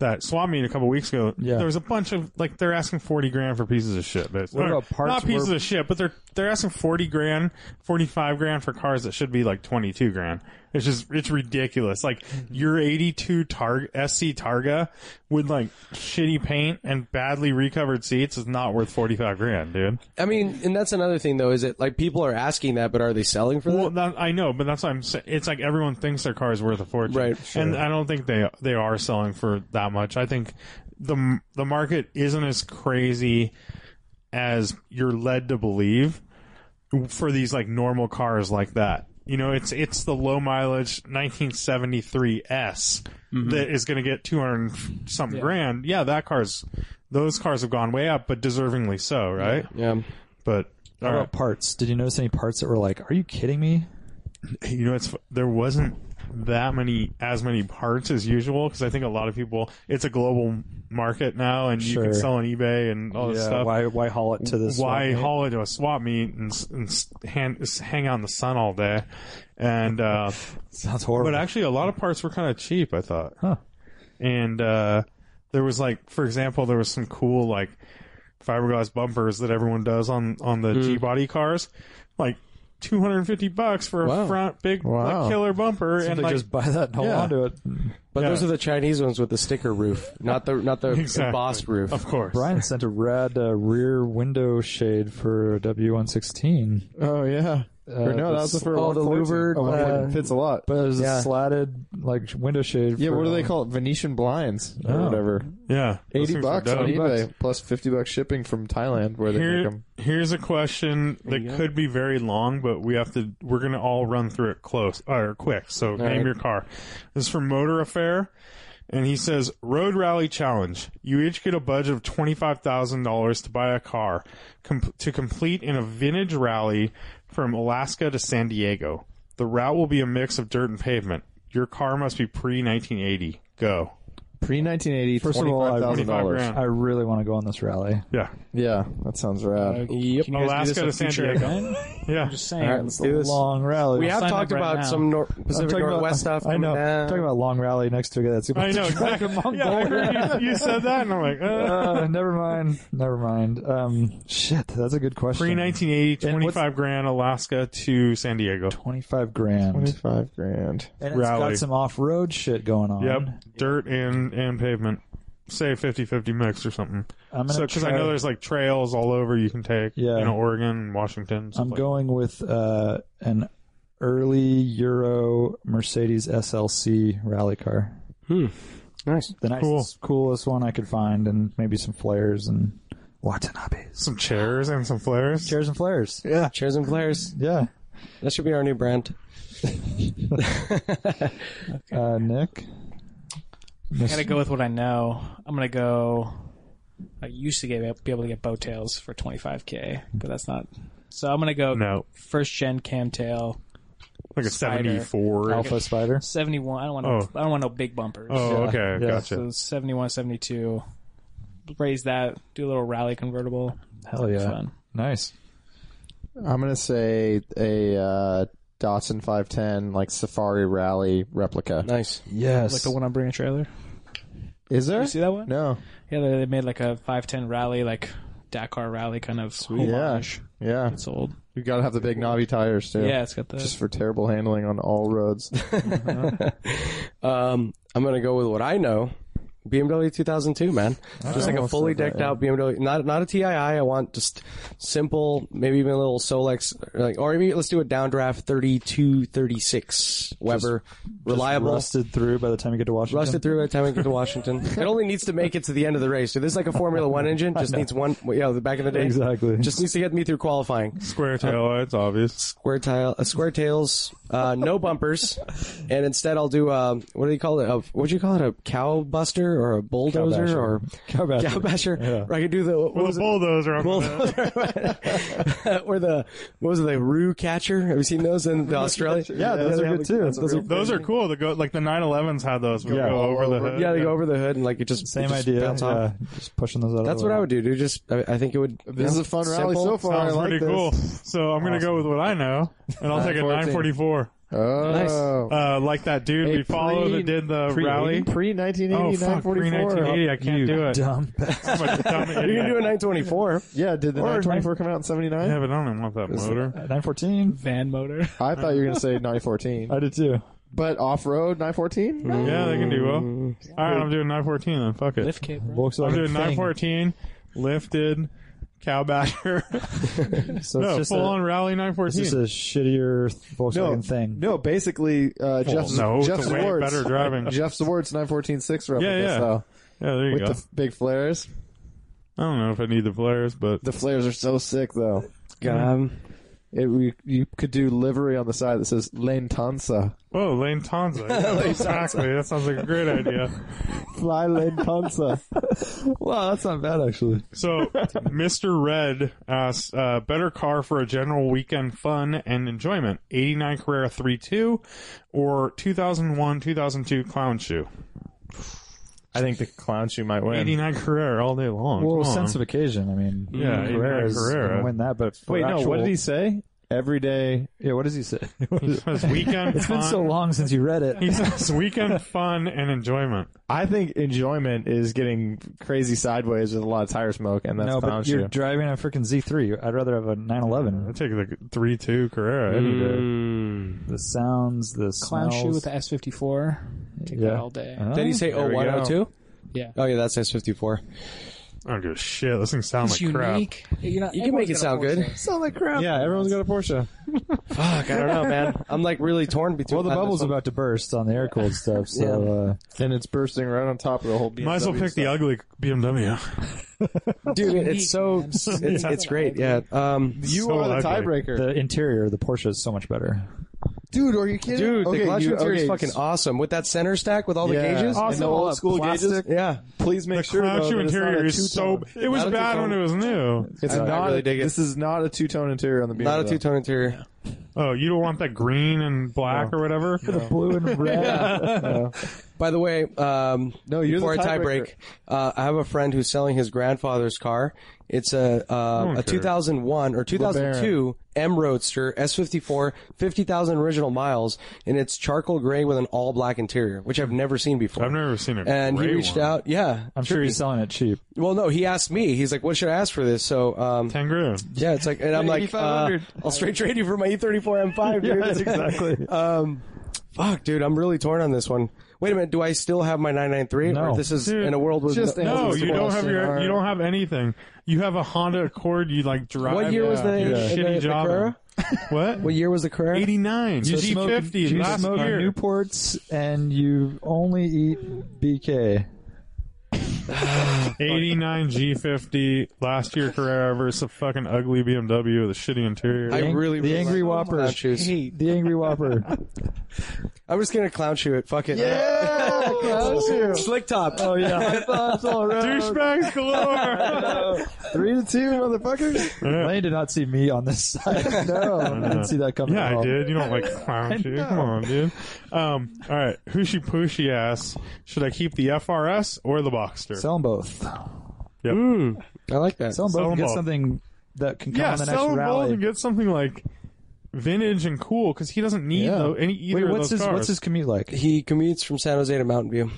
that swap meet a couple weeks ago, Yeah. there was a bunch of like they're asking forty grand for pieces of shit. But What or, about parts Not pieces where- of shit, but they're they're asking forty grand, forty five grand for cars that should be like twenty two grand. It's just it's ridiculous. Like your eighty two Targ SC Targa with like shitty paint and badly recovered seats is not worth forty five grand, dude. I mean, and that's another thing though, is it like people are asking that, but are they selling for that? Well, that, I know, but that's what I'm saying. It's like everyone thinks their car is worth a fortune, Right, And I don't think they they are selling for that much. I think the the market isn't as crazy as you're led to believe for these like normal cars like that. You know, it's it's the low mileage 1973 S that is going to get 200 and something grand. Yeah, that car's those cars have gone way up, but deservingly so, right? yeah. But all What right. about parts? Did you notice any parts that were like, "Are you kidding me?" you know, it's there wasn't that many as many parts as usual because I think a lot of people. It's a global market now, and you Sure. can sell on eBay and all this stuff. Why? Why haul it to this? Why one? haul it to a swap meet and, s- and s- hand, s- hang out in the sun all day? And uh, Sounds horrible. but actually, a lot of parts were kind of cheap. I thought, Huh. and uh, there was like, for example, there was some cool like fiberglass bumpers that everyone does on on the G body cars, like. 250 bucks for a Wow. front big Wow. like, killer bumper and they like just buy that and hold Yeah. on to it. But Yeah. those are the Chinese ones with the sticker roof, not the not the Exactly. embossed roof. Of course. Brian sent a red uh, rear window shade for W116, Oh yeah. or no, that was the- for oh, the 114. louvered, Oh, uh, 114 fits a lot. but it was Yeah. a slatted like window shade. yeah, for, what do they uh, call it? Venetian blinds or Oh. whatever. Yeah. Those Eighty things are bucks on dope. eBay plus fifty bucks shipping from Thailand, where they make 'em. make Here, them. here's a question that could be very long, but we have to. We're gonna all run through it close or quick. So name right. your car. This is from Motor Affair, and he says Road Rally Challenge. You each get a budget of twenty five thousand dollars to buy a car com- to complete in a vintage rally from Alaska to San Diego. The route will be a mix of dirt and pavement. Your car must be pre nineteen eighty. Go. Pre nineteen eighty, First of all, I- twenty-five thousand 25 dollars. grand. I really want to go on this rally. Yeah. Yeah, that sounds rad. Yep. Can you guys Alaska do to this San at future Diego. event? Yeah. Just saying. All right, let's do this. Long rally. We have Sign up talked right about now. some nor- I'm Pacific talking Northwest about, stuff. uh, I know. coming down. Talking about long rally next to it. That's I know exactly. Yeah, I heard you, you said that, and I'm like, uh, uh, never mind. Never mind. Um, shit, that's a good question. pre 1980, And what's- 25 grand Alaska to San Diego. Twenty-five grand, Twenty-five grand. and it's Rally. got some off-road shit going on. Yep, dirt and and pavement. Say 50-50 mix or something. I'm gonna So because I try- know there's like trails all over you can take. Yeah. you know Oregon, Washington. stuff I'm like- going with uh, an early Euro Mercedes SLC rally car. nice. The nicest, coolest one I could find, and maybe some flares and Watanabes. Some chairs and some flares. Chairs and flares. Yeah. Chairs and flares. Yeah. That should be our new brand. Uh, Nick. I gotta go with what I know. I'm gonna go. I used to get, be able to get bow tails for 25k, but that's not. So I'm gonna go No, first gen camtail like a Spider. 74. Alpha Spider. 71. I don't want. No, Oh. I don't want no big bumpers. Oh, okay, Yeah. gotcha. So 71, 72. Raise that. Do a little rally convertible. Hell yeah. Fun. Nice. I'm gonna say a uh, Datsun 510 like Safari Rally replica. Nice. Yes. Like the one on Bring a Trailer. Is there? You see that Oh one? No. Yeah, they, they made like a 510 rally, like Dakar rally kind of homage. Yeah, It's old. you gotta have the big knobby tires too. Yeah, it's got the. Just for terrible handling on all roads. Um, I'm gonna go with what I know. BMW 2002, man. Just like a almost fully said that, decked out BMW. Not not a TII. I want just simple, maybe even a little Solex, or like or maybe let's do a downdraft 32, 36 Weber, reliable. Rusted through by the time you get to Washington. Rusted through by the time we get to Washington. it only needs to make it to the end of the race. So this is like a Formula One engine. Just needs one. You know, the back of the day. Exactly. Just needs to get me through qualifying. Square taillights, obvious. Square tile, uh, square tails, uh, no bumpers, and instead I'll do um, what do you call it? A, what do you call it? A cow buster or a bulldozer basher. or Cow basher. cow basher? Yeah. Or I could do the what Well, was the it? bulldozer. I'm gonna- or the what was it? The roo catcher? Have you seen those in the Australia? Yeah, those they are have good the- too. Those are, Those are cool. The go like the 911s had those. Yeah, Yeah. go over the hood. yeah, they go over the hood and like it just Same it just idea. bounce off. Yeah. Just pushing those out. of That's the what way. I would do, dude. Just I, I think it would. This is a fun rally so far. Sounds I like pretty this. cool. So I'm gonna go with what I know, and I'll take a 944. Oh, Uh, like that dude Hey, we follow pre- that did the pre, rally. pre Oh fuck, 1980, pre 1980, I can't do it. Dumb. I'm a dumb You idiot. can do a 924. Yeah, did the Or 924 come out in I 79? have it on. I want that motor. 914. Van motor. I thought you were gonna say 914, I did too. but off road 914. Yeah, they can do well. All right, I'm doing 914 then. Fuck it. Lift kit, bro. Volkswagen I'm doing thing. 914 lifted cowbasher. So it's no, just full a, on rally it's 914. just a shittier Volkswagen No, thing. no. Basically, uh, Jeff. no, it's Jeff a way Swartz. better driving. Jeff Swartz 914 6 replica. Yeah, yeah. So yeah, there you with go. the f- big flares, I don't know if I need the flares, but the flares are so sick though. Um, It, we, you could do livery on the side that says Lentanza. oh, Lane Tonza. Yeah, exactly. That sounds like a great idea. Fly Lentanza. Wow, that's not bad actually. So, Mr. Red asks, uh, better car for a general weekend fun and enjoyment. 89 Carrera 3.2 or 2001, 2002 Clown Shoe. I think the clown shoe might win. 89 Carrera all day long. Well, Come on. sense of occasion. I mean, Yeah, Carrera's even Carrera. gonna win that. But for Wait, actual, no. What did he say? Every day. Yeah, what does he say? He it's says weekend been fun. so long since you read it. He says weekend fun and enjoyment. I think enjoyment is getting crazy sideways with a lot of tire smoke, and that's no, clown but you're shoe. driving a freaking Z3. I'd rather have a I 911. take the three two Carrera any Mm. day. Hmm. The sounds, the Clown smells. shoe with the S54. Take that all day. Huh? did he say There we go. 0102? Yeah. Oh yeah, that says 54. I don't give a shit. This thing sounds like It's unique. You're not- You can make it everyone's sound got a good. Porsche. Sound like crap. yeah, everyone's got a Porsche. Fuck, I don't know, man. I'm like really torn between. Well, the on this bubble's one. about to burst on the air cooled stuff, so And it's bursting right on top of the whole BMW. crap. Might as well pick the ugly BMW. dude. It's so it's, it's great. Yeah. Um, You So are the ugly. uh, tiebreaker. the interior of the Porsche is so much better. dude, are you kidding? dude, Okay, the clutch you- interior is okay, fucking awesome with that center stack with all the Yeah. gauges. Awesome. And the All old that school plastic. gauges. Yeah. Please make The sure clown though, shoe that it's not interior a is so. two-tone. It was Not a bad when two-tone. it was new. It's I not. really dig it. This is not a two-tone interior on the BMW. Not a two-tone interior. Oh, you don't want that green and black or whatever. Blue and red. By the way, um, No, you're before the I tie tiebreaker. break, uh, I have a friend who's selling his grandfather's car. It's a uh, don't a care. 2001 or 2002 M Roadster S54, 50,000 original miles, and it's charcoal gray with an all black interior, which I've never seen before. I've never seen it. and he reached out, yeah. I'm sure he's selling it cheap. Well, no, he asked me. He's like, "What should I ask for this?" So, um, Ten grand. yeah, it's like, and I'm like, uh, 8500. "I'll straight trade you for my E E34 M5." Dude. exactly. Um, fuck, dude, I'm really torn on this one. Wait a minute, do I still have my 993? No. or this is Dude, in a world with just no- No, Mr. you don't have Wilson, your. or- You don't have anything. You have a Honda Accord. You like drive. What year was the, You the- shitty the job. Carrera? What? What year was the Carrera? Eighty nine. G50 you last smoke year. Newports and you only eat BK. 89 G50 last year Carrera versus a fucking ugly BMW with a shitty interior. I really, the really Angry like Whopper. clown shoes. Hate. The Angry Whopper. I'm just gonna clown shoe it. Fuck it. Yeah, clown shoe. Slick top. oh yeah. Douchebags galore. Three to two, motherfuckers. Lane did not see me on this side. no, I didn't see that coming. at yeah, I all. did. You don't like clown shit. Come on, dude. Um, all right. Hooshy Pooshy asks, should I keep the FRS or the Boxster? Sell them both. I like that. Sell Sell them both. and 'em get both. something that can come yeah, on the next sell them both rally. and get something like vintage and cool because he doesn't need Yeah. tho- any either Wait, of those what's his cars. what's his commute like? He commutes from San Jose to Mountain View.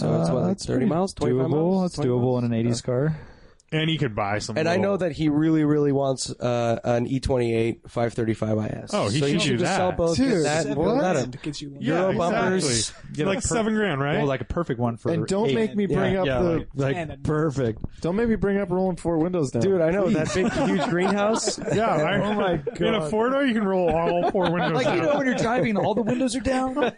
So it's what, Uh, like that's 30 pretty miles, 25 doable. miles? That's 20 doable miles? in an '80s car. and he could buy some. And I little- know that he really, really wants uh, an E28 535 IS. Oh, he so should you should do just that. sell both. Dude, that and what? build that up. Gets you one. yeah, Euro exactly. bumpers. Get a like per- seven grand, right? Well, like a perfect one for. And don't eight. make me bring Yeah. up yeah, the. like, like Ten and- perfect. don't make me bring up rolling four windows down, Dude, I know that big, huge greenhouse. yeah, I, oh my god! In a four door, you can roll all four windows. Like down. you know when you're driving, all the windows are down.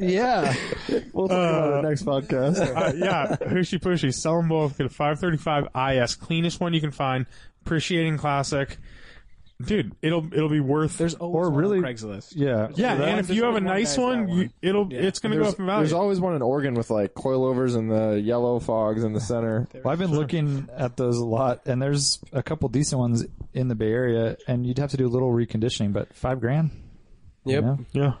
Yeah, we'll talk about it on the next podcast. uh, yeah, Hooshy Pushy. Sell them both. Get a 535 IS, cleanest one you can find. Appreciating classic, dude. It'll it'll be worth. There's always Or one on really- Craigslist. yeah, yeah, and if there's you have a only one nice guy's one, got you, one. it'll it's gonna go There's, up in value. there's always one in Oregon with like coilovers and the yellow fogs in the center. Well, I've been looking at those a lot, and there's a couple decent ones in the Bay Area, and you'd have to do a little reconditioning, but five grand, you Yep. know, yeah.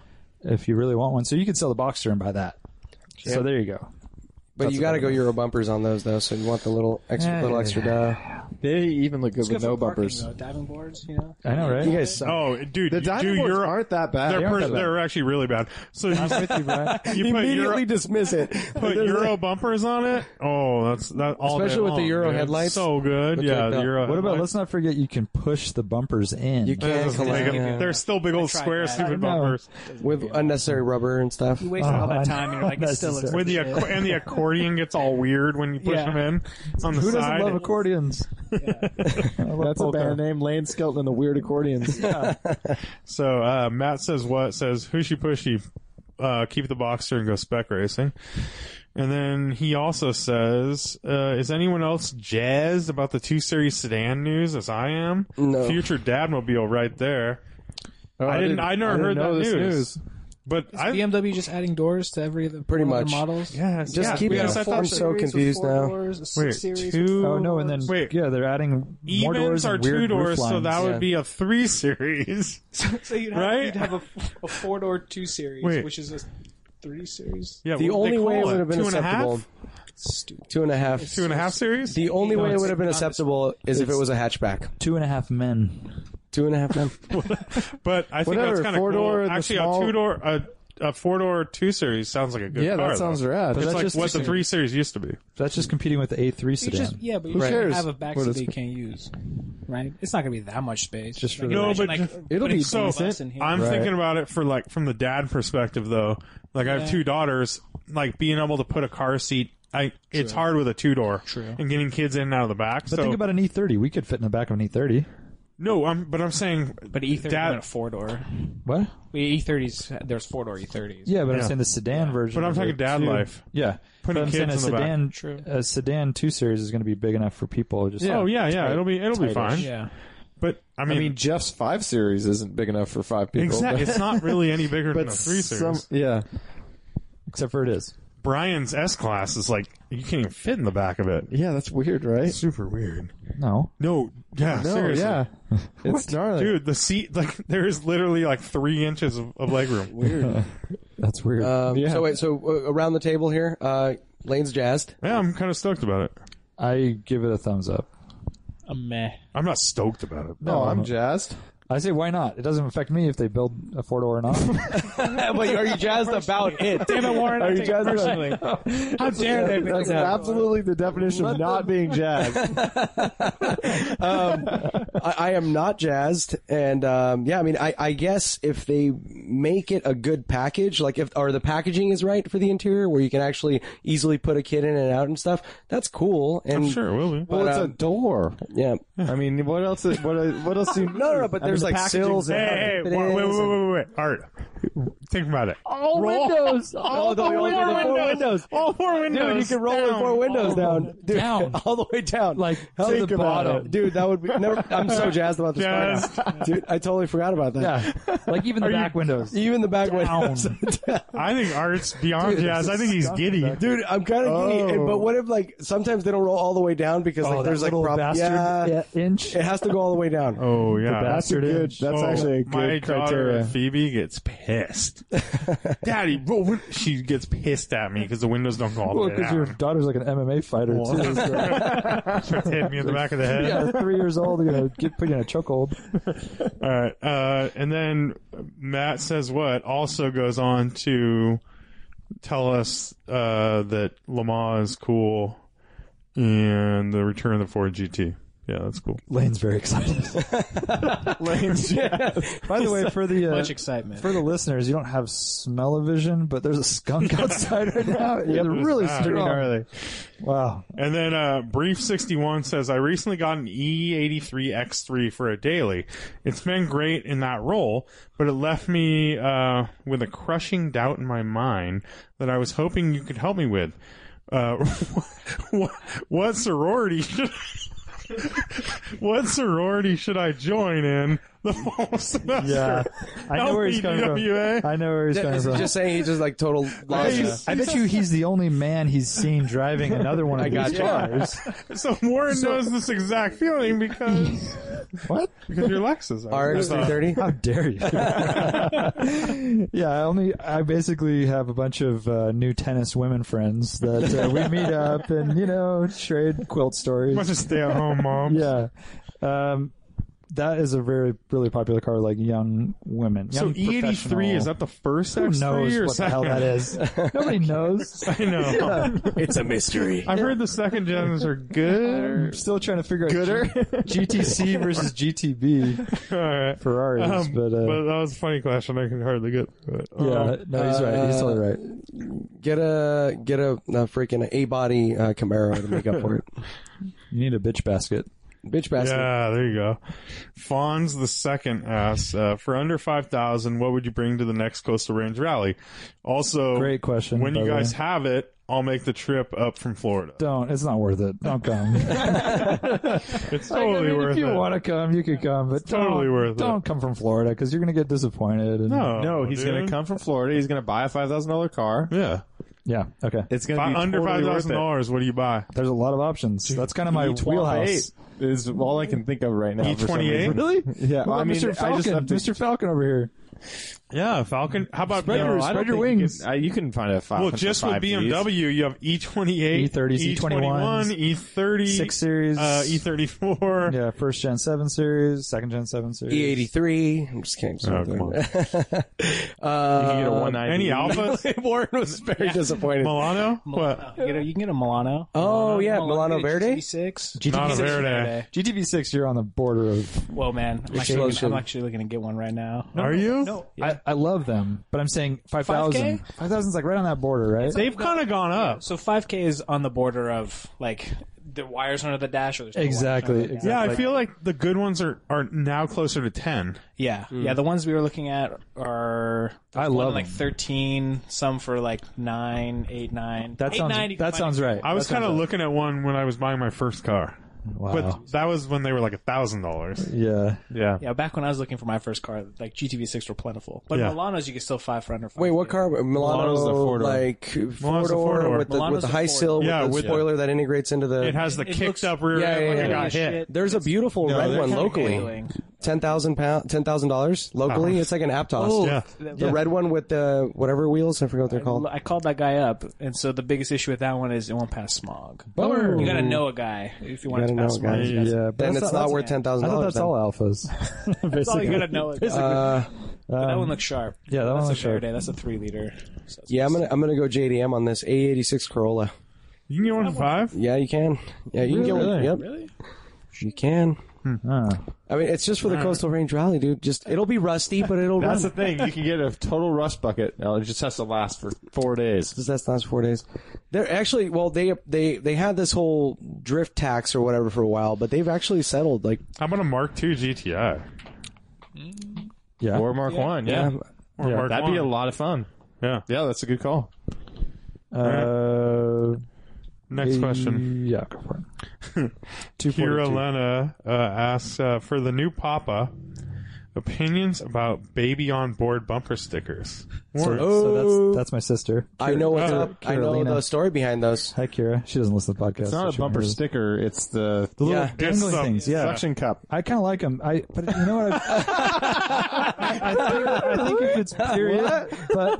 if you really want one. So you could sell the Boxster and buy that. So there you go. But That's you got to about go it. Euro bumpers on those though, so you want the little extra Yeah, little yeah, extra. They even look good It's with good no for parking, bumpers. though. Diving boards, you know. I know, right? You guys suck. Oh, dude, The you do diving boards Euro, aren't that bad. They're, They aren't per- that bad. they're actually really bad. So you, with you, Brian. you put Immediately Euro, dismiss it. put Euro bumpers on it. Oh, that's that all day Especially with the long, Euro dude. headlights. So good, Looks yeah. like the that. Euro. What about? headlights. Let's not forget you can push the bumpers in. You That can't doesn't yeah, make it- yeah. They're still big old tried square, that. stupid I know. bumpers. with unnecessary rubber and stuff. You wasted Oh, all I that know. time, and you're like, it still looks Unnecessary. With the acco- and the accordion gets all weird when you push Yeah. them in on the Who doesn't side. love accordions? I love That's a polka. band name, Lane Skelton and the Weird Accordions. so uh, Matt says what says Hooshy Pushy, uh, keep the boxer and go spec racing. And then he also says, uh, "Is anyone else jazzed about the two series sedan news as I am? No. Future dadmobile right there. Oh, I didn't. I never didn't heard know that this news. But I BMW just adding doors to every of the Pretty all their much. models. yes, Just yeah, keep it because I in thought I'm I'm form so confused now. Wait, two. Oh no, and then Wait. yeah, they're adding more doors Evens are and weird two doors, roof so lines. that Yeah. would be a three series. So, so you'd have, Right? you'd have a, a four door two series, Wait. which is a three series. Yeah, The what they only way call it would have been Two and a half? acceptable. Stupid. Two and a half. Two and a half series. The only way it it's would have been not- acceptable is if it was a hatchback. two and a half men. Two and a half men. But I think Whatever, that's kind of four-door, cool. the Actually, small- a two door, a, a four door two series sounds like a good Yeah, car. that sounds though. rad. It's that's like just what two the three series used to be. That's just competing with the A three You sedan. just, yeah, but you Who just cares have a back what seat it's- that you can't use, right? It's not going to be that much space. Just for Like, the- No, imagine, but like, it'll putting be some of us decent. in here. I'm Right. thinking about it for like from the dad perspective though. Like I have Yeah. two daughters. Like being able to put a car seat, I it's hard with a two door. True. And getting kids in and out of the back. but so think about an E thirty. We could fit in the back of an E thirty. no, I'm but I'm saying but E30 Dad- wasn't a four door. What? E30s, there's four door E E30s. Yeah, but Yeah. I'm saying the sedan version. But I'm of talking it, dad too. life. Yeah, Putting but I'm kids saying a in the back. sedan, True. a sedan two series is going to be big enough for people. Just Oh yeah, yeah. it'll be it'll be fine. Yeah. But I I mean, mean, Jeff's five series isn't big enough for five people. exactly. it's not really any bigger But than a three some, series. yeah. except for it is. Brian's S class is like you can't even fit in the back of it. Yeah, that's weird, right? Super weird. No, No, yeah, No, seriously. yeah. It's gnarly. Dude, the seat like there is literally like three inches of, of legroom. Weird. that's weird. Um, Yeah. So wait, so uh, around the table here, uh, Lane's jazzed. Yeah, I'm kind of stoked about it. I give it a thumbs up. A meh. I'm not stoked about it. No, I'm jazzed. I say why not? It doesn't affect me if they build a four door or not. but are you jazzed about it? Damn it, Warren. I Are you take it jazzed? personally. How dare they make That's it up? absolutely the definition of not being jazzed. I, I am not jazzed, and um, yeah, I mean, I, I guess if they make it a good package, like if or the packaging is right for the interior, where you can actually easily put a kid in and out and stuff, that's cool. And I'm sure it will be. well, it's a um, door. yeah, I mean, what else? What what else? Do you No, no, no, but I mean, there's the like packaging- sills and- Hey, hey, It wait, wait, wait, is. wait, wait, wait. Art, think about it. all Roll- windows, all the four windows, four windows. All four windows. Dude, you can roll down. the four windows down, dude, Down. all the way down, Like, Hell, to the think about bottom. it. dude. That would be. Never, I'm so jazzed about this. Jazzed. right now. dude. I totally forgot about that. yeah, like even the you- back windows. Even the back Down. windows. I think Art's beyond Dude, jazz. I think he's giddy. Dude, I'm kind of giddy. Oh. But what if like sometimes they don't roll all the way down because like Oh, that there's like little prop- yeah, bastard inch. it has to go all the way down. Oh yeah, That's a Bastard good. inch. That's Oh, actually a my good daughter criteria. Phoebe gets pissed. Daddy, bro, when- she gets pissed at me because the windows don't go all the way because your down. daughter's like an MMA fighter too. So, Hit me in the back of the head. yeah, three years old, you know, get put you in a chokehold. All right, uh, and then Matt says what also goes on to tell us uh, that Lamar is cool and the return of the Ford GT. Yeah, that's cool. Lane's very excited. Lanes, yeah. By the way, for the uh, Much excitement. for the listeners, you don't have smell-o-vision, but there's a skunk outside right now. They're really that. strong. Gnarly. Wow. And then uh, Brief sixty one says, "I recently got an E eighty three X three for a daily. It's been great in that role, but it left me uh, with a crushing doubt in my mind that I was hoping you could help me with. Uh, what, what sorority should what sorority should I join in? the fall semester. Yeah, I know where he's coming LPWA. from. I know where he's coming Is he from. just saying he's just like total lost? I bet you he's the only man he's seen driving another one of these gotcha. cars. So Warren knows this exact feeling because What? because you're Lexus. RX I- I three thought- thirty. How dare you? yeah, I only I basically have a bunch of uh, new tennis women friends that uh, we meet up and you know trade quilt stories. bunch of stay-at-home moms. Yeah, um, that is a very really popular car, like young women. So E young E83 is professional- that the first Who X3 knows or what the second? hell that is? Nobody knows. I know. It's a mystery. I've heard the second gens are I'm good. still trying to figure out G- GTC versus GTB All right. Ferraris, Um, but, uh, that was a funny question. I can hardly get through it. Um, yeah, no, he's right. He's totally uh, right. Get a get a, a freaking A body uh, Camaro to make up for it. You need a bitch basket. Bitch bastard. Yeah, there you go. Fawns the second asks, uh, for under five thousand, what would you bring to the next Coastal Range rally? Also, Great question. When by you the guys way. have it, I'll make the trip up from Florida. don't, it's not worth it. Don't come. It's totally I mean, worth if you it. want to come, you could come, but totally don't, worth it. Don't come from Florida because you're going to get disappointed. And, no, no, he's going to come from Florida. He's going to buy a five thousand dollar car. Yeah, Yeah. Okay. It's going to Fi- be under totally five thousand worth dollars. What do you buy? There's a lot of options. That's kind of my E it. E28 wheelhouse. is all I can think of right now. for some E28? reason. Really? Yeah. Well, I mean, Mr. I just Falcon, have to- Mr. Falcon over here. Yeah, Falcon. How about No, no, I don't spread your think you wings. can- I- you can find a five. Well, just with BMW, you have E E E28, E30s, E21, E30, Six Series. E uh, E34. Yeah, first gen seven series, second gen seven series. E eighty three. I'm just kidding. Oh, come on. You can get a one ninety. uh, Any alphas? Warren was very disappointed. Milano? What? You, get a, you can get a Milano. Uh, Oh, yeah, Milano you get a Verde? GT6. Not a Verde. GTV6, you're on the border of. Whoa, man. I'm actually, Explosive. looking, I'm actually looking to get one right now. Are you? I, I love them, but I'm saying 5,000. 5K? 5,000 is like right on that border, right? They've kind of gone up. So 5K is on the border of, like, the wires under the dash. Or there's no wires Exactly, under the dash. exactly. Yeah, I feel like the good ones are, are now closer to 10. Yeah, yeah. The ones we were looking at are I one love like them. thirteen, some for like nine, eight, nine. That Eight, sounds, nine, you can that find sounds it. right. I was kind of looking at one when I was buying my first car. Wow. But that was when they were like a thousand dollars. yeah. Yeah. Yeah, back when I was looking for my first car, like GTV6 were plentiful, but Yeah. Milanos you could still five for under. Five Wait, what car? Milano, Milano's a four-door. like four Milano's a four-door. door with the, with Milano's the a high four-door. sill Yeah, with the with- spoiler that integrates into the. It has the It kicked looks- up rear Yeah, end yeah, like yeah. it got Yeah, hit. shit. There's a beautiful red one locally. Ten thousand pound, ten thousand dollars locally. It's like an Aptos. Yeah. Uh-huh. Oh, The red one with the whatever wheels. I forget what they're called. I called that guy up, and so the biggest issue with that one is it won't pass smog. Bummer. You gotta know a guy if you want gotta to know pass a guy. smog. You gotta- Yeah, but Then that's it's that's- not worth ten I thousand thought dollars. that's all alphas. That's all you Basically. gotta know. a guy. Uh, But that one looks sharp. yeah, that one that's looks a sharp. Verde, That's a three liter. So it's- yeah, I'm gonna I'm gonna go JDM on this A86 Corolla. You can get one for five? Yeah, you can. Yeah, you can get one. Really? Yep, Really? you can. Ah. I mean, it's just for the coastal range rally, dude. Just it'll be rusty, but it'll That's run. the thing. You can get a total rust bucket. Now, It just has to last for four days. Does that last four days? They're actually well, they they they had this whole drift tax or whatever for a while, but they've actually settled. Like, How about a Mark II GTI? Yeah. Or Mark One. Yeah. Or Yeah, Mark That'd I. be a lot of fun. Yeah. Yeah, that's a good call. uh, Next question. Yeah, go for it. 242. Kira Lena uh, asks uh, for the new Papa opinions about baby on board bumper stickers. So, Warren, Oh. so that's, that's my sister. I know what's Oh, up. I know Carolina. the story behind those. Hi, Kira. She doesn't listen to the podcast. It's not a bumper sticker. It's the, The little Yeah. dangling It's the- things, yeah. suction cup. I kind of like them. I, but you know what? I, I, think, I think if it's period, but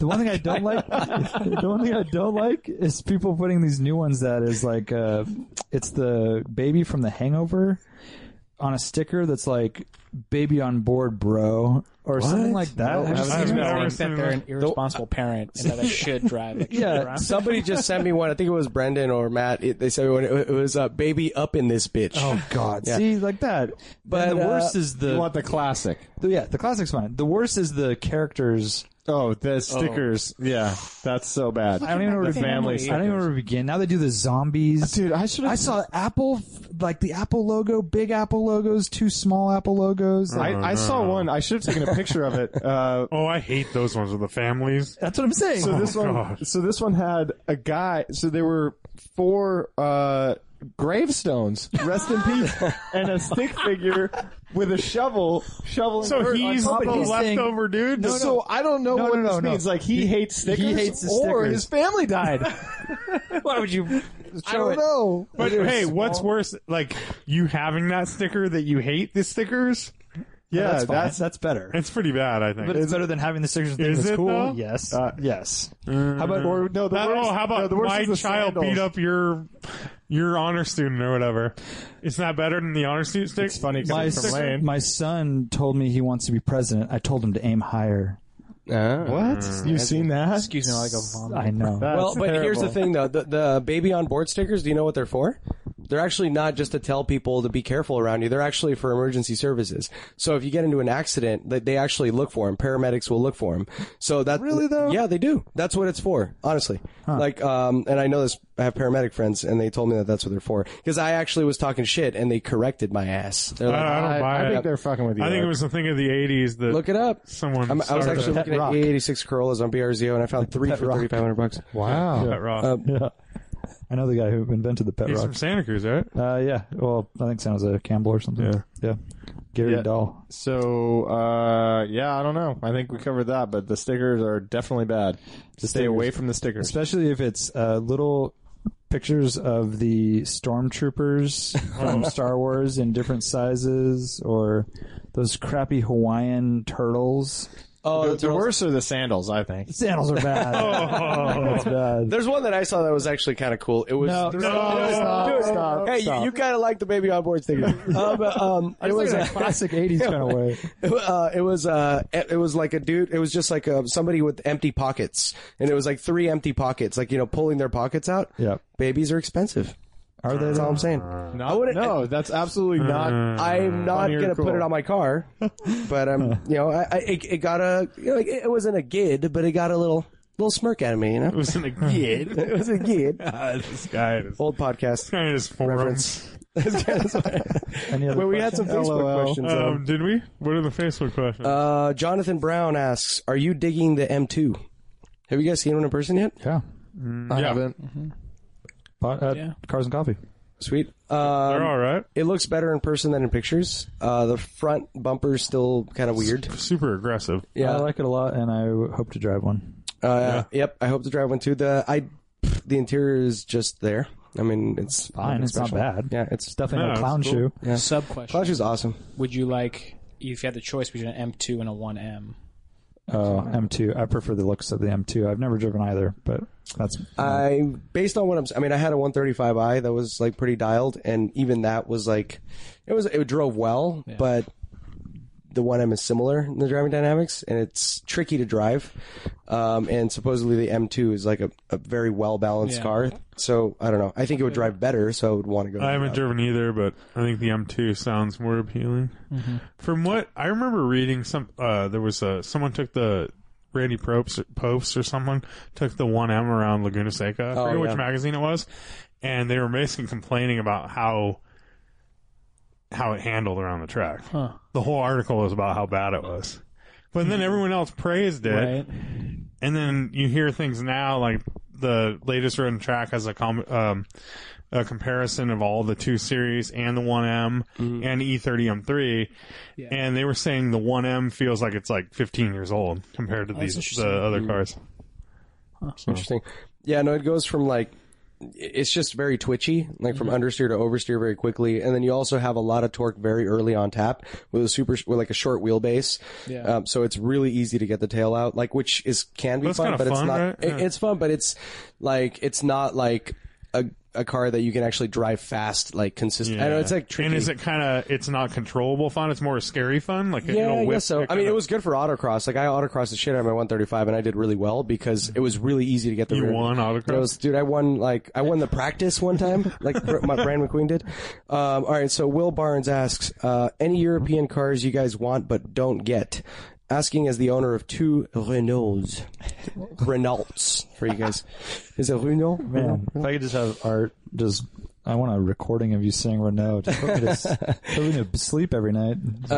the one thing I don't like, the one thing I don't like is people putting these new ones that is like, uh, it's the baby from The Hangover on a sticker that's like "baby on board, bro" or something like that. Have you I seen haven't that? never think seen that they're that. an irresponsible parent and that I should drive. it. Yeah, Somebody just sent me one. I think it was Brendan or Matt. It, they sent me one. It, it was uh, baby up in this bitch. Oh God! See, like that. But, But the uh, worst is You the, want the classic. the- yeah, the classic's fine. The worst is the characters. Oh, the stickers. Yeah, that's so bad. I don't even know where the to family. I don't even know where to begin. Now they do the zombies. Dude, I should I have. saw Apple, f- like the Apple logo, big Apple logos, two small Apple logos. I, Like, I saw one. I should have taken a picture of it. Uh, oh, I hate those ones with the families. that's what I'm saying. so this one, God. so this one had a guy. So there were four uh, gravestones. Rest in peace. And a stick figure with a shovel shoveling So dirt on he's top the of him. leftover dude. No, So I don't know No, what no, no, this no. means. Like he, hates stickers, hates the or stickers. his family died. Why would you? I don't know. But hey, what's worse, like you having that sticker that you hate the stickers? Yeah, that's, fine. that's, that's better. It's pretty bad, I think. But it's better than having the stickers and Is things that's it, cool. though? Yes. uh, yes. How about or no? The That- worst, oh, how no, about the worst my is the child sandals. beat up your your honor student or whatever? It's not better than the honor student stick. It's funny my, because it's s- from Lane. my son told me he wants to be president. I told him to aim higher. What? You've seen that? Excuse me, like a vomit. I know. That's well, but here's the terrible. thing though: the, the baby on board stickers. Do you know what they're for? They're actually not just to tell people to be careful around you. They're actually for emergency services. So if you get into an accident, that they actually look for them. Paramedics will look for them. So that really though, yeah, they do. That's what it's for, honestly. Like, um, and I know this. I have paramedic friends, and they told me that that's what they're for. Because I actually was talking shit, and they corrected my ass. They're like, Uh-huh. I don't buy I, I it. think they're fucking with you. I think it was a thing of the '80s that look it up. someone. I'm, I was started. actually Pet looking at rock. A86 Corollas on BRZO, and I found three for rock. 3,500 bucks. wow. Pet Rock. yeah. I know the guy who invented the pet He's rock. from Santa Cruz, right? Uh, yeah. Well, I think San Jose Campbell or something. Yeah. Yeah. Gary Yeah. Dahl. So uh, yeah, I don't know. I think we covered that, but the stickers are definitely bad. To stay away from the stickers. Especially if it's uh, little pictures of the stormtroopers from Star Wars in different sizes or those crappy Hawaiian turtles. Oh, The, that's the what- worst are the sandals, I think. Sandals are bad. Oh. That's bad. There's one that I saw that was actually kind of cool. It was No, there was- no, stop, Dude, stop, hey, stop. you kind of like the baby on board sticker. um, but, um, it was It's a a classic 80s kind of way. uh, it was uh, it it was like a dude. It was just like a, somebody with empty pockets, and it was like three empty pockets, like you know, pulling their pockets out. Yep. Babies are expensive. Are they That's all I'm saying. No, no, Oh, that's absolutely not. I'm not Funny or gonna cool? put it on my car, but um, you know, I, I it, it got a you know, it, it wasn't a gid, but it got a little little smirk out of me. You know, Mm. It was in a kid. it was a gid. this guy. This Old podcast. guy is forums. Any other But we had some Facebook LOL. questions. um, Um, did we? What are the Facebook questions? Uh, Jonathan Brown asks, "Are you digging the M2? Have you guys seen one in person yet? Yeah. I Yeah. haven't. Pot, uh, Yeah. Cars and coffee. Sweet. They're Um, all right. it looks better in person than in pictures. Uh, the front bumper's still kind of weird. Super aggressive. Yeah. I like it a lot, and I w- hope to drive one. Uh, Yep. I hope to drive one too. The I, the interior is just there. I mean, it's Fine, nothing it's not special. bad. Yeah, it's stuff. Definitely Yeah, a it's clown cool. shoe. Sub question: Clutch is awesome. Would you like if you had the choice between an M2 and a 1M? Oh, M2. I prefer the looks of the M2. I've never driven either, but that's I based on what I'm. I mean, I had a 135i that was like pretty dialed, and even that was like, it was it drove well, but the 1M is similar in the driving dynamics, and it's tricky to drive. Um, and supposedly the M2 is like a, a very well balanced Yeah. car, so I don't know. I think it would drive better, so I would want to go. I haven't that. driven either, but I think the M2 sounds more appealing. From what I remember reading, some uh, there was a someone took the Randy Popes, Popes or someone took the 1M around Laguna Seca. I Oh, forget yeah. which magazine it was, and they were basically complaining about how how it handled around the track. The whole article was about how bad it was. But then everyone else praised it, Right. and then you hear things now like the latest Road and Track has a com- um, a comparison of all the two series and the 1M Mm-hmm. and E E30 M3, and they were saying the 1M feels like it's like 15 years old compared to Oh, these the other Mm. cars. Interesting. Yeah, no, it goes from like it's just very twitchy, like Mm-hmm. from understeer to oversteer very quickly, and then you also have a lot of torque very early on tap with a super with like a short wheelbase. Yeah. Um, so it's really easy to get the tail out, like which is can be That's fun, kinda but it's fun, not. right? it- Yeah. it's fun, but it's like it's not like a a car that you can actually drive fast, like consistent. I know it's like tricky. And is it kind of it's not controllable fun? It's more scary fun. Like Yeah, it'll I whip guess so. it I mean, kinda- it was good for autocross. Like I autocrossed the shit out of my 135, and I did really well because it was really easy to get the You rear. won autocross? It was- dude. I won like I won the practice one time, like Br- my Brian McQueen did. Um, all right, so Will Barnes asks, uh, any European cars you guys want but don't get? Asking as the owner of two Renaults, Renaults for you guys. Is it Renault? man. If I could just have art, just I want a recording of you saying Renault. Just put me to, s- put me to sleep every night. It's beautiful.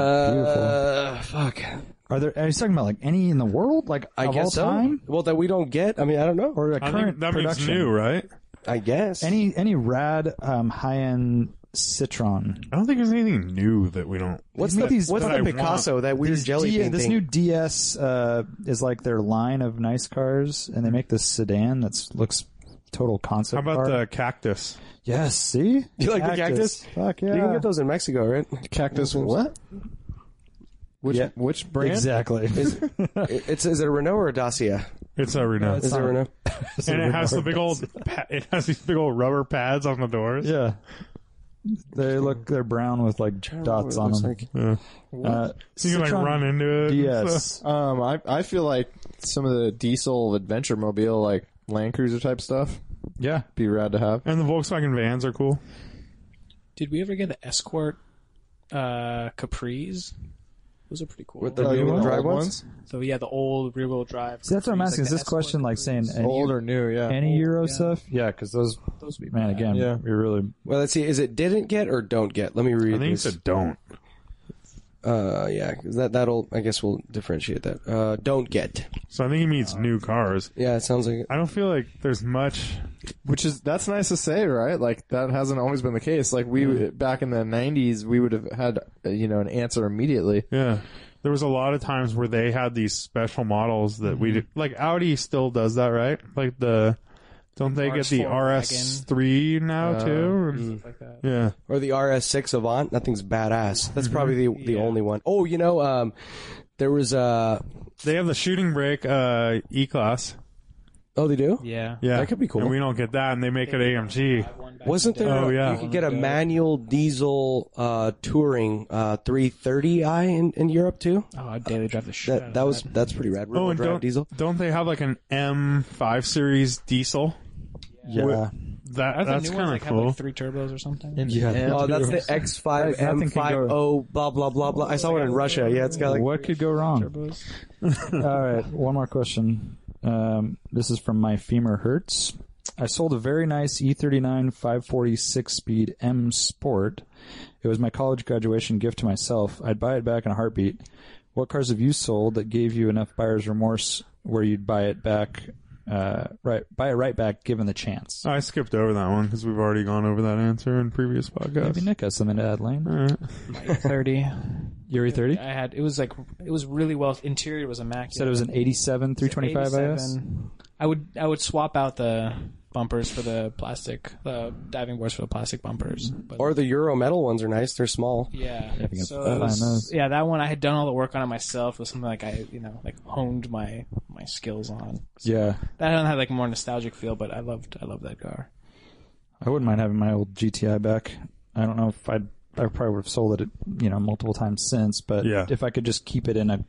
Uh, fuck. Are there? Are you talking about like any in the world? Like I of guess all so. time? Well, that we don't get. I mean, I don't know. Or a I current think that means production? new, right? I guess. Any any rad um, high end Citron. I don't think there's anything new that we don't. what's Look the at these- what's that the I want. Picasso that weird These jelly D- bean this thing? new DS uh, is like their line of nice cars, and they make this sedan that's looks total concept. How about car. the cactus? Yes, see? You like the cactus? Fuck yeah. you can get those in Mexico, right? Cactus what? Which Yeah. which brand? Exactly. it's is it a Renault or a Dacia? It's a Renault, Is it a Renault? and it has the big old. Pa- it has these big old rubber pads on the doors. yeah. They look they're brown with like dots Oh, on them. Yeah. uh, So you can like Citroen run into it. and stuff. DS. Um, I I feel like some of the diesel adventure mobile like Land Cruiser type stuff Yeah. be rad to have. And the Volkswagen vans are cool. Did we ever get the Escort uh, Capris? Those are pretty cool. With the rear Oh, you wheel want drive old ones? so yeah, the old rear wheel drive. See, that's what I'm Capris, asking. Is the this Escort question like Capris. saying any, Old or new? Yeah. any Euro yeah. stuff? Yeah, because those, Those would be man, bad. again, Yeah. we really. Well, let's see. Is it didn't get or don't get? Let me read. I think it's this. a don't. Uh, yeah, 'cause that that'll. I guess we'll differentiate that. Uh, don't get. So I think he means new cars. Yeah, it sounds like. it. I don't feel like there's much. Which is that's nice to say, right? Like that hasn't always been the case. Like we back in the '90s, we would have had uh, you know an answer immediately. Yeah. There was a lot of times where they had these special models that we did. Like Audi still does that, right? Like the. Don't they get the RS4 RS3 now, too? Like that. Yeah. Or the RS6 Avant. That thing's badass. That's probably the the only one. Oh, you know, um, there was uh, They have the shooting brake uh, E Class. oh, they do. Yeah. Yeah. That could be cool. And we don't get that, and they make it AMG. Wasn't there? Oh, a- yeah. You could get a manual diesel uh, touring uh, 330i in, in Europe too. Oh, I'd daily drive the shit. out That of that was that's pretty rad. Rear-wheel Oh, and drive don't, diesel. don't they have like an M5 series diesel? Yeah. That, Aren't the that's new ones kind like of have cool. like three turbos or something? Yeah. Oh, that's the X5 Nothing can go- M50 oh, blah blah blah blah. I saw one in Russia. Yeah, it's got like what could go wrong? turbos. All right, one more question. Um, this is from my femur hurts. I sold a very nice E E39 546 speed M Sport. It was my college graduation gift to myself. I'd buy it back in a heartbeat. What cars have you sold that gave you enough buyer's remorse where you'd buy it back, uh, right, buy it right back given the chance? I skipped over that one because we've already gone over that answer in previous Maybe podcasts. Nick has something to add, Lane. E All right. Thirty. Yuri 30? I had it was like it was really well. Interior was immaculate. Said it was an 87 325 IS? 87. I would I would swap out the bumpers for the plastic, the diving boards for the plastic bumpers. But, or the Euro metal ones are nice. They're small. yeah, if you can so find it was- those. yeah, that one I had done all the work on it myself. It was something like I you know like honed my my skills on. Yeah. That one had like more nostalgic feel, but I loved I loved that car. I wouldn't mind having my old GTI back. I don't know if I'd. I probably would have sold it, you know, multiple times since. But Yeah. if I could just keep it in a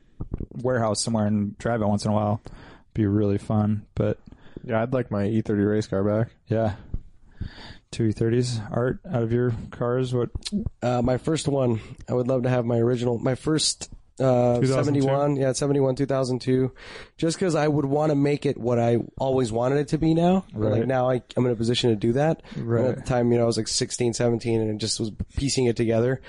warehouse somewhere and drive it once in a while, it'd be really fun. But Yeah, I'd like my E30 race car back. yeah, two E thirties. Art out of your cars, what? Uh, my first one. I would love to have my original. My first. Uh, 2002? 71, yeah, 71, 2002. Just cause I would want to make it what I always wanted it to be now. But, Like Right. now I, I'm in a position to do that. Right. And at the time, you know, I was like 16, 17 and it just was piecing it together.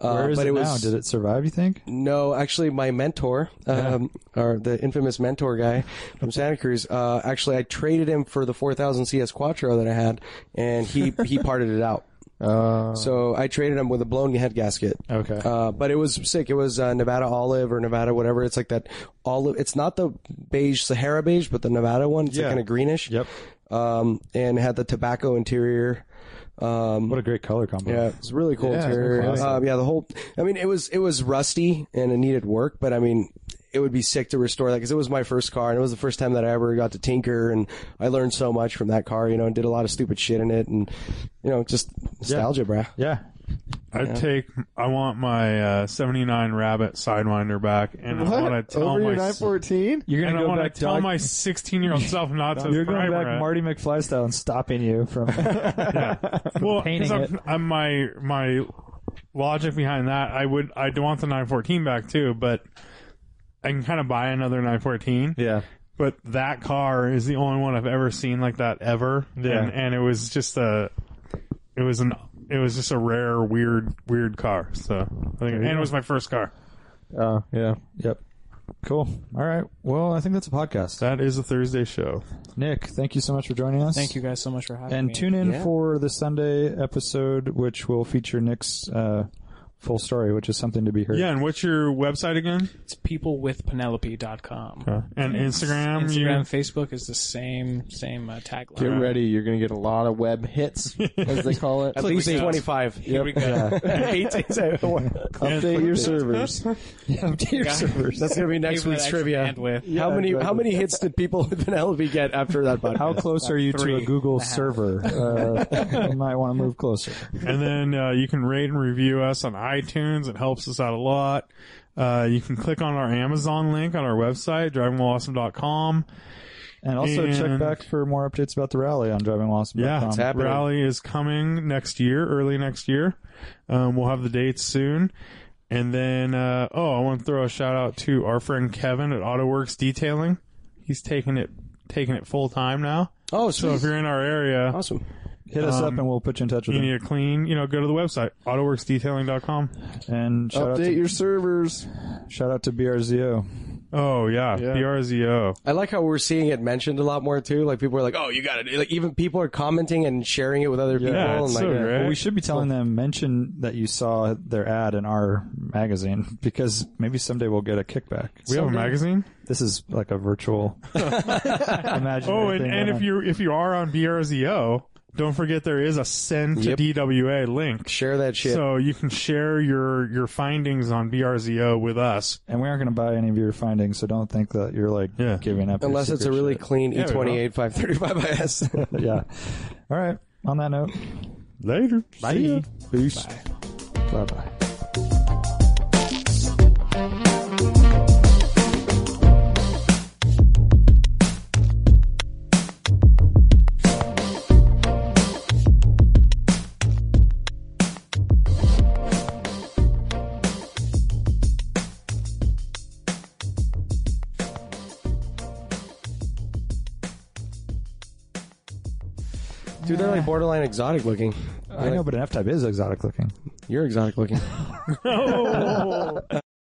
Uh, Where is but it, it, now? was, Did it survive? You think? No, actually, my mentor, um, or the infamous mentor guy from Santa Cruz, uh, actually, I traded him for the 4000 CS Quattro that I had, and he, he parted it out. Uh, So I traded him with a blown head gasket. Oh. Okay. Uh, but it was sick. It was uh, Nevada olive or Nevada whatever. It's like that olive. It's not the beige Sahara beige, but the Nevada one. It's Yeah. like kind of greenish. Yep. Um, and had the tobacco interior. Um, What a great color combo. yeah, it was really cool Yeah, it's interior. classic. Um, yeah, the whole. I mean, it was it was rusty and it needed work, but I mean, it would be sick to restore that because it was my first car and it was the first time that I ever got to tinker and I learned so much from that car. You know, and did a lot of stupid shit in it and you know just nostalgia, bruh. Yeah. I'd take. I want my uh, '79 Rabbit Sidewinder back, and I want to tell Over your my 914? You're and gonna I go want back to tell Doc- my 16 year old self not to. You're going subscribe back Marty McFly style and stopping you from. well, painting 'cause I'm, I'm my my logic behind that. I would. I do want the 914 back too, but I can kind of buy another 914. Yeah. But that car is the only one I've ever seen like that ever. Yeah. And, and it was just a, it was an, it was just a rare, weird, weird car. So I think, and it was my first car. Uh, yeah. yep. Cool. All right. Well, I think that's a podcast. That is a Thursday show. Nick, thank you so much for joining us. Thank you guys so much for having And me. tune in for the Sunday episode, which will feature Nick's uh, full story, which is something to be heard. Yeah, and what's your website again? It's peoplewithpenelope.com. And Instagram. you- Instagram, Facebook is the same same uh, tagline. Get ready. You're going to get a lot of web hits, as they call it. At least we got- 25. Here we go. Update your servers. Update your servers. That's going to be next People week's that trivia. actually bandwidth. how many how many hits did people with Penelope get after that podcast? How close are you to a Three. Google server? Uh, you might want to move closer. and then uh, you can rate and review us on iTunes. It helps us out a lot. Uh, you can click on our Amazon link on our website, drivingwillawesome.com. And also check And- back for more updates about the rally on drivingwallsome.com. Yeah, happening. rally is coming next year, early next year. Um, we'll have the dates soon. And then, uh, oh, I want to throw a shout out to our friend Kevin at AutoWorks Detailing. He's taking it taking it full time now. Oh, So if you're in our area, awesome. Hit us up and we'll put you in touch with Um, you them. need a clean, you know, go to the website autoworksdetailing.com. And shout out, Update to, your servers. shout out to BRZO. Oh yeah, BRZO. I like how we're seeing it mentioned a lot more too. Like people are like, "Oh, you got it!" Like even people are commenting and sharing it with other people. Yeah, and it's like, so great. Well, we should be telling them mention that you saw their ad in our magazine because maybe someday we'll get a kickback. We have a magazine. This is like a virtual. imaginary Oh, and, thing and going if on. you if you are on BRZO, don't forget there is a send to Yep. DWA link. share that shit. So you can share your your findings on BRZO with us. and we aren't going to buy any of your findings, so don't think that you're like Yeah. giving up. your Unless it's a secret really clean E Yeah, we E28 535 IS. shit. yeah. All right. On that note, Later. See ya. Peace. Bye bye. Dude, they're like borderline exotic looking. I know, but an F-type is exotic looking. You're exotic looking.